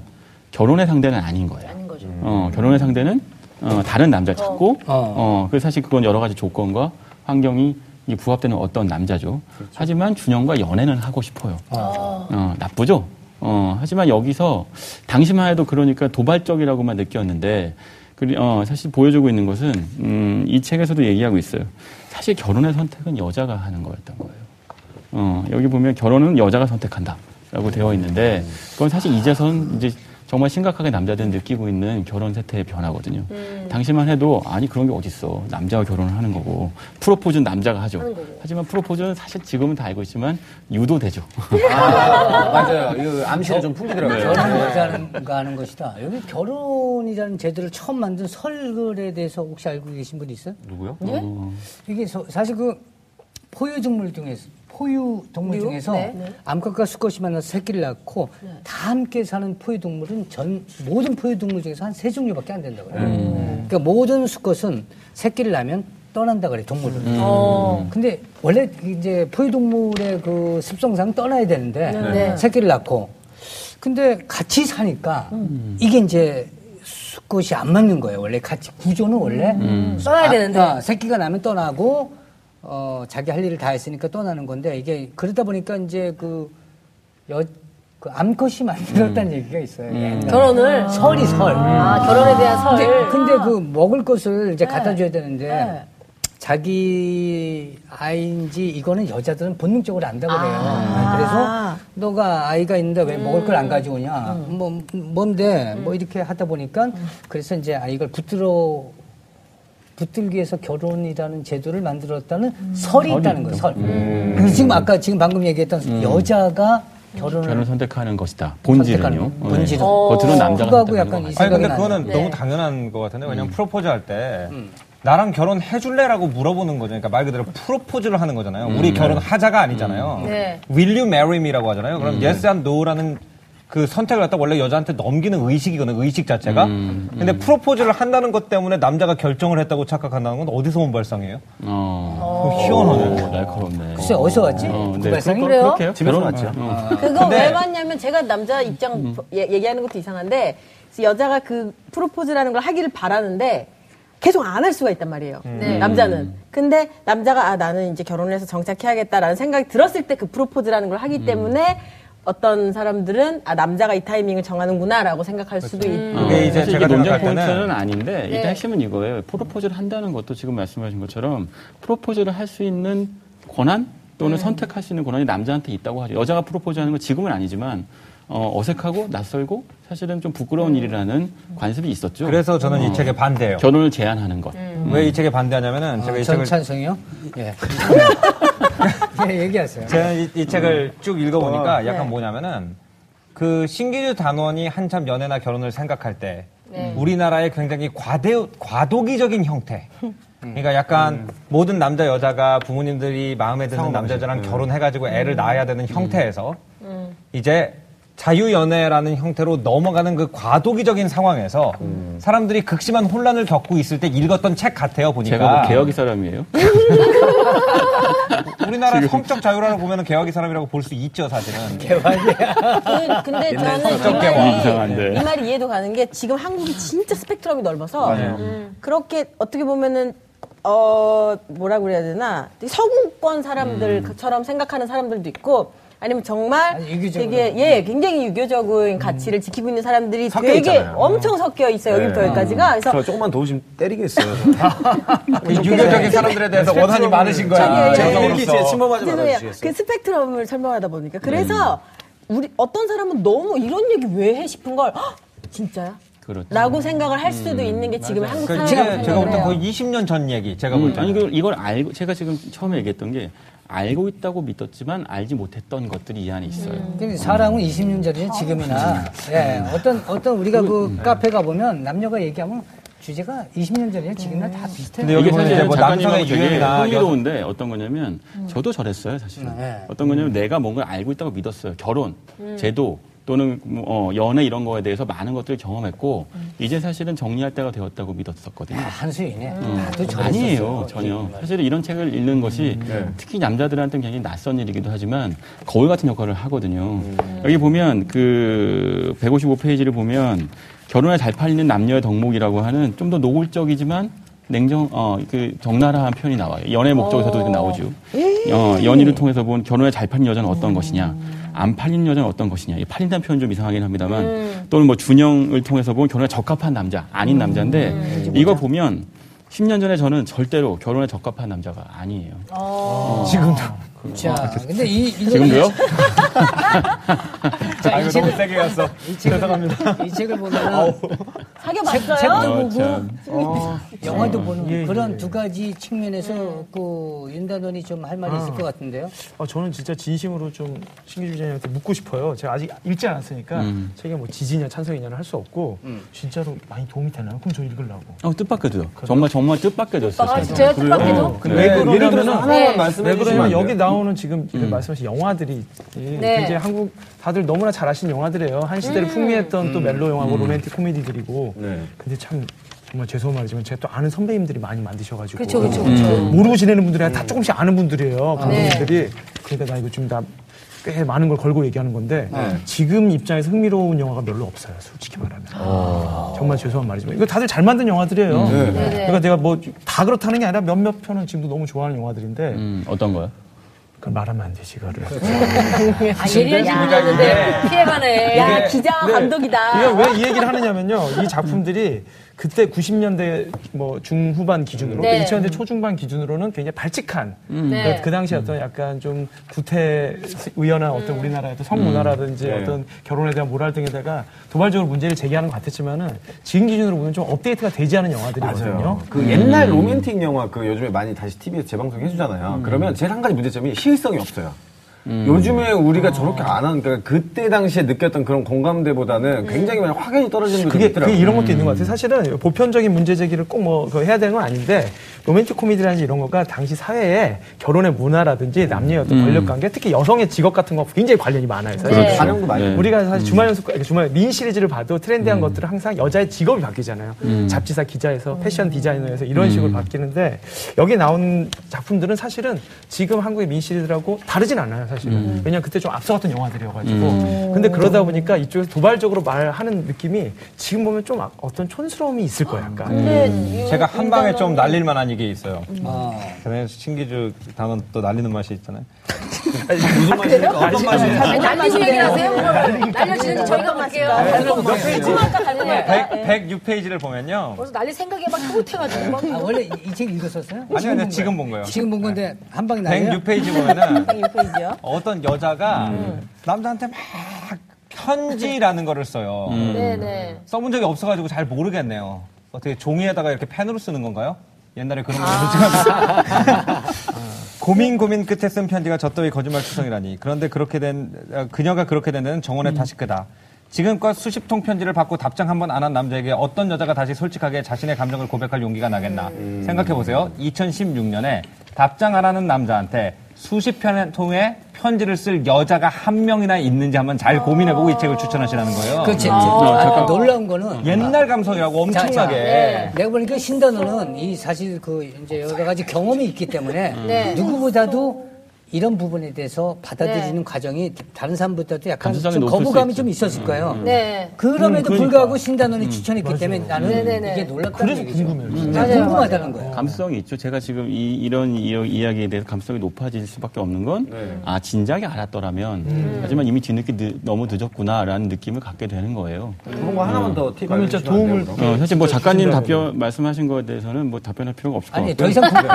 S4: 결혼의 상대는 아닌 거예요.
S3: 하는 거죠.
S4: 어, 결혼의 상대는 어, 다른 남자 찾고 어.
S1: 어.
S4: 그래서 사실 그건 여러 가지 조건과 환경이 이제 부합되는 어떤 남자죠. 하지만 준영과 연애는 하고 그렇죠. 싶어요. 어. 나쁘죠. 어, 하지만 여기서 당시만 해도 그러니까 도발적이라고만 느꼈는데 그리, 어, 사실 보여주고 있는 것은 음, 이 책에서도 얘기하고 있어요. 사실 결혼의 선택은 여자가 하는 거였던 거예요. 어, 여기 보면 결혼은 여자가 선택한다. 라고 되어 있는데, 그건 사실 이제선 이제 정말 심각하게 남자들은 느끼고 있는 결혼 세태의 변화거든요.
S1: 음.
S4: 당시만 해도, 아니, 그런 게 어딨어. 남자가 결혼을 하는 거고, 프로포즈는 남자가 하죠. 하지만 프로포즈는 사실 지금은 다 알고 있지만, 유도되죠.
S1: 음.
S2: 맞아요. 이거 암시를 좀 풍기더라고요.
S4: 네.
S1: 결혼은 여자가 하는 것이다. 여기 결혼이라는 제도를 처음 만든 설글에 대해서 혹시 알고 계신 분 있어요?
S4: 누구요?
S1: 이게 서- 사실 그 포유 동물 중에서 포유 네. 동물 중에서 암컷과 수컷이 만나서 새끼를 낳고 다 함께 사는 포유 동물은 전 모든 포유 동물 중에서 한 세 종류밖에 안 된다 그래요. 그러니까 모든 수컷은 새끼를 낳으면 떠난다 그래 동물을. 근데 원래 이제 포유 동물의 그 습성상 떠나야 되는데 새끼를 낳고 근데 같이 사니까 이게 이제 수컷이 안 맞는 거예요. 원래 같이 구조는 원래
S3: 써야 되는데.
S1: 아, 새끼가 나면 떠나고 어, 자기 할 일을 다 했으니까 떠나는 건데 이게 그러다 보니까 이제 그 여, 그 암컷이 만들었다는 얘기가 있어요. 옛날에.
S3: 결혼을
S1: 설이 설.
S3: 아 결혼에 대한 설.
S1: 근데, 근데 그 먹을 것을 이제
S3: 네.
S1: 갖다 줘야 되는데 자기 아이인지 이거는 여자들은 본능적으로 안다고
S3: 아.
S1: 그래요. 그래서 너가 아이가 있는데 왜 먹을 걸 안
S3: 음.
S1: 가져오냐? 뭐 뭔데? 뭐 이렇게 하다 보니까
S3: 음.
S1: 그래서 이제 아 이걸 붙들어 붙들기 위해서 결혼이라는 제도를 만들었다는
S3: 음.
S1: 설이 있다는 음. 거예요. 설. 그래서 지금 아까 지금 방금 얘기했던 여자가
S3: 음.
S1: 결혼을
S4: 결혼을 선택하는 것이다. 본질은요.
S1: 선택하는 본질은.
S4: 네. 겉으로는 남자가
S1: 그거하고
S4: 선택하는
S1: 어, 약간
S4: 거
S1: 이
S4: 같아요.
S5: 아니 근데
S1: 생각은
S5: 그거는
S3: 나네요. 네.
S5: 너무 당연한 것 같은데 왜냐면 프로포즈 할 때 나랑 결혼해 줄래라고 물어보는 거죠. 그러니까 말 그대로 프로포즈를 하는 거잖아요. 우리 결혼하자가 아니잖아요.
S3: 네.
S5: Will you marry me라고 하잖아요. 그럼 yes and no라는 그 선택을 갖다 원래 여자한테 넘기는 의식이거든 의식 자체가. 근데 프로포즈를 한다는 것 때문에 남자가 결정을 했다고 착각한다는 건 어디서 온 발상이에요?
S4: 어.
S5: 희한하네.
S4: 오, 날카롭네.
S1: 글쎄 어디서 왔지?
S4: 어,
S1: 그
S4: 네.
S1: 발상이?
S3: 그래요?
S4: 그렇게요?
S2: 집에서
S4: 결혼은-
S2: 났죠.
S4: 어.
S8: 그거 왜 맞냐면 제가 남자 입장 예, 얘- 얘기하는 것도 이상한데 여자가 그 프로포즈라는 걸 하기를 바라는데 계속 안 할 수가 있단 말이에요. 네. 남자는. 근데 남자가 아 나는 이제 결혼을 해서 정착해야겠다라는 생각이 들었을 때 그 프로포즈라는 걸 하기 때문에 어떤 사람들은 아 남자가 이 타이밍을 정하는구나라고 생각할 수도 있고.
S5: 그게 이제
S4: 어. 사실
S5: 제가
S4: 이게 논쟁
S5: 생각할 때는-
S4: 포인트는 아닌데 일단 핵심은 이거예요. 프로포즈를 한다는 것도 지금 말씀하신 것처럼 프로포즈를 할 수 있는 권한 또는 선택할 수 있는 권한이 남자한테 있다고 하죠. 여자가 프로포즈하는 건 지금은 아니지만 어, 어색하고 낯설고 사실은 좀 부끄러운 일이라는 관습이 있었죠.
S5: 그래서 저는 이 책에 반대해요.
S4: 결혼을 제한하는 것.
S5: 왜 이 책에 반대하냐면은 제가 이 책을
S1: 아, 전찬성이요? 예. 예, 얘기하세요.
S5: 제가 이, 이 책을 쭉 음. 읽어보니까 네. 약간 뭐냐면은 그 신기주 단원이 한참 연애나 결혼을 생각할 때 우리나라의 굉장히 과대, 과도기적인 형태. 그러니까 약간 모든 남자 여자가 부모님들이 마음에 음. 드는 남자 여자랑 결혼해가지고 애를 낳아야 되는 형태에서 이제 자유연애라는 형태로 넘어가는 그 과도기적인 상황에서 사람들이 극심한 혼란을 겪고 있을 때 읽었던 책 같아요, 네. 보니까.
S4: 제가 뭐 개혁이 사람이에요?
S5: 우리나라 성적 자유라는 보면 은 개혁이 사람이라고 볼 수 있죠, 사실은.
S8: 그- 근데 저는 이
S5: 성격
S4: 네.
S8: 말이,
S1: 네.
S5: 네.
S4: 이상한데.
S8: 이 말이 이해도 가는 게 지금 한국이 진짜 스펙트럼이 넓어서 음, 그렇게 어떻게 보면은 어 뭐라 그래야 되나 되게 서구권 사람들처럼 생각하는 사람들도 있고 아니면 정말
S1: 음. 아니, 유교적으로. 음.
S8: 되게 예 굉장히 유교적인 가치를 지키고 있는 사람들이
S2: 섞여
S8: 되게
S2: 있잖아요.
S8: 엄청 섞여 있어요
S1: 네.
S8: 여기부터 여기까지가 아,
S1: 음.
S8: 그래서
S2: 저 조금만 도우시면 때리겠어요.
S5: 이그 유교적인 사람들에 대해서 원한이 많으신 거야.
S8: 예,
S2: 제
S5: 정성으로서.
S2: 일기 제 침범하지
S8: 죄송해요.
S2: 말아주시겠어요?
S8: 그 스펙트럼을 설명하다 보니까 그래서
S5: 음.
S8: 우리 어떤 사람은 너무 이런 얘기 왜 해 싶은 걸 "헉, 진짜야?
S4: 그렇죠.
S8: 라고 생각을 할 수도 있는 게 지금 한국
S5: 음. 그러니까
S8: 사회라고
S5: 이게 제가 볼
S8: 생각을
S5: 땐 거의
S8: 해요.
S5: 20년 전 얘기. 제가 볼
S4: 음,
S5: 때.
S4: 아니 이걸, 이걸 알고 제가 지금 처음에 얘기했던 게 알고 있다고 믿었지만 알지 못했던 것들이 이 안에 있어요.
S1: 근데 사랑은 20년 전이냐 지금이나 예, 어떤 어떤 우리가
S5: 음.
S1: 그 카페 가 보면 남녀가 얘기하면 주제가 20년 전이냐 지금이나 다 비슷해요.
S5: 근데 여기
S4: 이게
S5: 보면 이제
S4: 사실
S5: 뭐
S4: 작가님하고
S5: 남성의
S4: 되게
S5: 유행이나
S4: 흥미로운데 어떤 거냐면 저도 저랬어요 사실은
S1: 네.
S4: 어떤 거냐면 내가 뭔가 알고 있다고 믿었어요 결혼 제도 또는 뭐, 어, 연애 이런 거에 대해서 많은 것들을 경험했고 이제 사실은 정리할 때가 되었다고 믿었었거든요.
S1: 한수인에
S4: 음.
S1: 다들 저랬었어요. 예. 음. 네.
S4: 아니에요 전혀 사실 이런 책을 읽는 것이 특히 남자들한테는 굉장히 낯선 일이기도 하지만 거울 같은 역할을 하거든요
S1: 음.
S4: 여기 보면 그 155페이지를 보면 결혼에 잘 팔리는 남녀의 덕목이라고 하는 좀 더 노골적이지만 냉정 어그 적나라한 표현이 나와요 연애 목적에서도 이렇게 나오죠 어, 연인을 통해서 본 결혼에 잘 팔린 여자는
S1: 음.
S4: 어떤 것이냐 안 팔린 여자는 어떤 것이냐 이 팔린다는 표현 좀 이상하긴 합니다만
S1: 음.
S4: 또는 뭐 준영을 통해서 본 결혼에 적합한 남자 아닌 남자인데
S1: 음.
S4: 이거 보면 10년 전에 저는 절대로 결혼에 적합한 남자가 아니에요.
S1: 자,
S5: 아,
S1: 근데 이 이거는
S4: 지금도요?
S1: 자, 이 책을
S5: 아, 세게 갔어.
S1: 이 책을 이 책을 보면
S8: 사귀어봤어요?
S4: 어, 참.
S1: 영화도 보는
S5: 예,
S1: 그런 두 가지 측면에서
S5: 음.
S1: 그 윤단원이 좀 할 말이 있을 것 같은데요.
S9: 아, 저는 진짜 진심으로 좀 신기주 기자님한테 묻고 싶어요. 제가 아직 읽지 않았으니까 제가 뭐 지지냐 찬성이냐는 할 수 없고
S2: 음.
S9: 진짜로 많이 도움이 되나요? 그럼 저 읽으려고.
S4: 어, 뜻밖에도요. 정말 정말 뜻밖에도였어요.
S3: 아,
S4: 사실.
S3: 진짜요? 뜻밖에도?
S2: 근데 예를 들어서 하나만
S3: 네.
S2: 말씀해 주시면
S9: 왜
S2: 안
S9: 그러냐면
S2: 돼요?
S9: 여기 나오는 지금 말씀하신 영화들이 이
S3: 네. 음.
S9: 굉장히 한국 다들 너무나 잘 아시는 영화들이에요. 한 시대를 풍미했던 또 멜로 영화고 뭐 로맨틱 코미디들이고.
S2: 네.
S9: 근데 참 정말 죄송한 말이지만 제가 또 아는 선배님들이 많이 만드셔가지고
S3: 그렇죠 그렇죠 그렇죠.
S9: 모르고 지내는 분들이 아니라 다 조금씩 음. 아는 네. 분들이에요. 감독님들이. 그러니까 나 이거 좀 나 꽤 많은 걸 걸고 얘기하는 건데 지금 입장에서 흥미로운 영화가 별로 없어요. 솔직히 말하면. 정말 죄송한 말이지만 이거 다들 잘 만든 영화들이에요. 네. 그러니까 내가 뭐 다 그렇다는 게 아니라 몇몇 편은 지금도 너무 좋아하는 영화들인데
S4: 음, 어떤 거요?
S9: 그걸 말하면 안 되지, 그거를.
S3: 아, 예리한 친구였는데 피해가네. 네.
S8: 야, 기자와 감독이다.
S9: 이게 왜 이 얘기를 하느냐면요. 이 작품들이 그때 90년대 뭐 중후반 기준으로
S3: 네.
S9: 2000년대 초중반 기준으로는 굉장히 발칙한
S8: 음.
S3: 네.
S9: 그, 당시 어떤
S2: 음.
S9: 약간 좀 구태 의연한 어떤
S8: 음.
S9: 우리나라의 어떤 성문화라든지
S2: 음. 네.
S9: 어떤 결혼에 대한 모랄 등에다가 도발적으로 문제를 제기하는 것 같았지만은 지금 기준으로 보면 좀 업데이트가 되지 않은 영화들이거든요. 음.
S2: 맞아요. 그 옛날 로맨틱 영화 그 요즘에 많이 다시 TV에서 재방송 해주잖아요.
S9: 음.
S2: 그러면 제일 한 가지 문제점이 시의성이 없어요. 요즘에 우리가 저렇게
S9: 아.
S2: 안 하니까 그때 당시에 느꼈던 그런 공감대보다는 굉장히 많이 확연히 떨어지는 게
S9: 음. 그게,
S2: 있더라고요.
S9: 그게 이런 것도 있는 것 같아요. 사실은 보편적인 문제 제기를 꼭 뭐 해야 되는 건 아닌데 로맨틱 코미디라든지 이런 거가 당시 사회에 결혼의 문화라든지 남녀의 어떤 권력 관계, 특히 여성의 직업 같은 거 굉장히 관련이 많아요. 사실.
S2: 음. 그렇죠. 반응도 많이
S4: 네.
S9: 우리가 사실 주말 연속 그러니까 주말 민 시리즈를 봐도 트렌디한 것들은 항상 여자의 직업이 바뀌잖아요. 잡지사 기자에서 패션 디자이너에서 이런 식으로 바뀌는데 여기 나온 작품들은 사실은 지금 한국의 민 시리즈라고 다르진 않아요, 사실은. 왜냐면 그때 좀 앞서갔던 영화들이어가지고. 근데 그러다 보니까 이쪽에서 도발적으로 말하는 느낌이 지금 보면 좀 아- 어떤 촌스러움이 있을 거예요, 약간.
S5: 제가 한 방에 좀 날릴 만한 이게 있어요. 그다음에 신기주 단원 또 날리는 맛이 있잖아요.
S2: 무슨 말입니까? 어떤 말이에요?
S3: 아니, 날리는 얘기를 하세요? 그거를. 날려주는지 저희가 볼게요. 네. 조만간 가능해요.
S5: 106페이지를 보면요.
S3: 네. 벌써 날릴 생각이 막 흐뭇해가지고. 막.
S1: 아, 원래 이 책 읽었었어요?
S5: 아니요, 네. 아니요,
S1: 본
S5: 지금
S1: 거예요?
S5: 본 거예요.
S1: 지금 본 건데 한 방에 나요.
S5: 106페이지 보면은
S8: 네. 보이죠?
S5: 어떤 여자가 남자한테 막 편지라는 거를 써요.
S3: 네네.
S5: 써본 적이 없어가지고 잘 모르겠네요. 어떻게 종이에다가 이렇게 펜으로 쓰는 건가요? 옛날에 그런 거 제가 고민 고민 끝에 쓴 편지가 저 또이 거짓말투성이라니. 그런데 그렇게 된 어, 그녀가 그렇게 된 데는 정원의 다시크다. 지금껏 수십 통 편지를 받고 답장 한 번 안 한 남자에게 어떤 여자가 다시 솔직하게 자신의 감정을 고백할 용기가 나겠나 생각해 보세요. 2016년에 답장 안 하는 남자한테 수십 편의 통의 편지를 쓸 여자가 한 명이나 있는지 한번 잘 고민해 보고 이 책을 추천하시라는 거예요.
S1: 그렇지. 아, 놀라운 거는
S5: 옛날 감성이라고 엄청나게.
S1: 자, 자,
S5: 네.
S1: 내가 보니까 신단어는 이 사실 그 이제 여러 가지 경험이 있기 때문에
S3: 네.
S1: 누구보다도 이런 부분에 대해서 받아들이는 과정이 다른 사람보다도 약간
S4: 감수성이
S1: 좀
S4: 높을 수
S1: 거부감이
S4: 있죠.
S1: 좀 있었을 거예요.
S3: 네.
S1: 그럼에도 불구하고 신단원이 추천했기 때문에 나는
S3: 네네네.
S1: 이게 놀랍다는
S9: 그래서
S1: 얘기죠.
S9: 궁금해요,
S1: 네,
S3: 맞아요,
S1: 궁금하다는 거예요.
S4: 감수성이 있죠. 제가 지금 이, 이런 이야기에 대해서 감수성이 높아질 수밖에 없는 건,
S12: 네.
S4: 아, 진작에 알았더라면,
S12: 음.
S4: 하지만 이미 뒤늦게 늦- 너무 늦었구나라는 느낌을 갖게 되는 거예요.
S12: 음.
S2: 그런 거 하나만 더 팁.
S9: 음. 그러면 진짜
S2: 알려주시면 안 돼요,
S9: 도움을-
S2: 그럼?
S4: 어, 사실 뭐 작가님 답변, 말씀하신 거에 대해서는 뭐 답변할 필요가 없을 것
S1: 아니
S4: 같아요.
S1: 더 이상 궁금,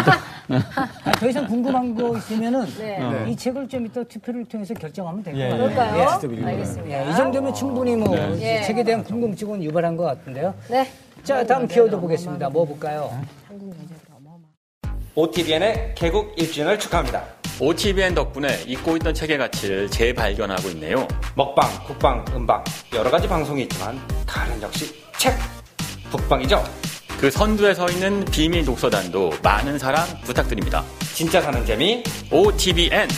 S1: 아니, 더 이상 궁금한 거 있으면은 어,
S3: 네.
S1: 이 책을 좀 이따 투표를 통해서 결정하면 될 것
S5: 예,
S1: 같아요.
S2: 네.
S3: 그럴까요?
S1: 예,
S3: 네, 알겠습니다.
S1: 이 정도면 충분히 뭐
S3: 네.
S1: 책에 대한 궁금증은 유발한 것 같은데요.
S3: 네.
S1: 자 다음 키워드 보겠습니다. 뭐 볼까요?
S5: OTBN의 개국 1주년을 축하합니다.
S12: OTBN 덕분에 잊고 있던 책의 가치를 재발견하고 있네요.
S5: 먹방, 국방, 음방 여러 가지 방송이 있지만 다른 역시 책 북방이죠.
S12: 그 선두에 서 있는 비밀 독서단도 많은 사랑 부탁드립니다.
S5: 진짜 사는 재미
S12: OTBN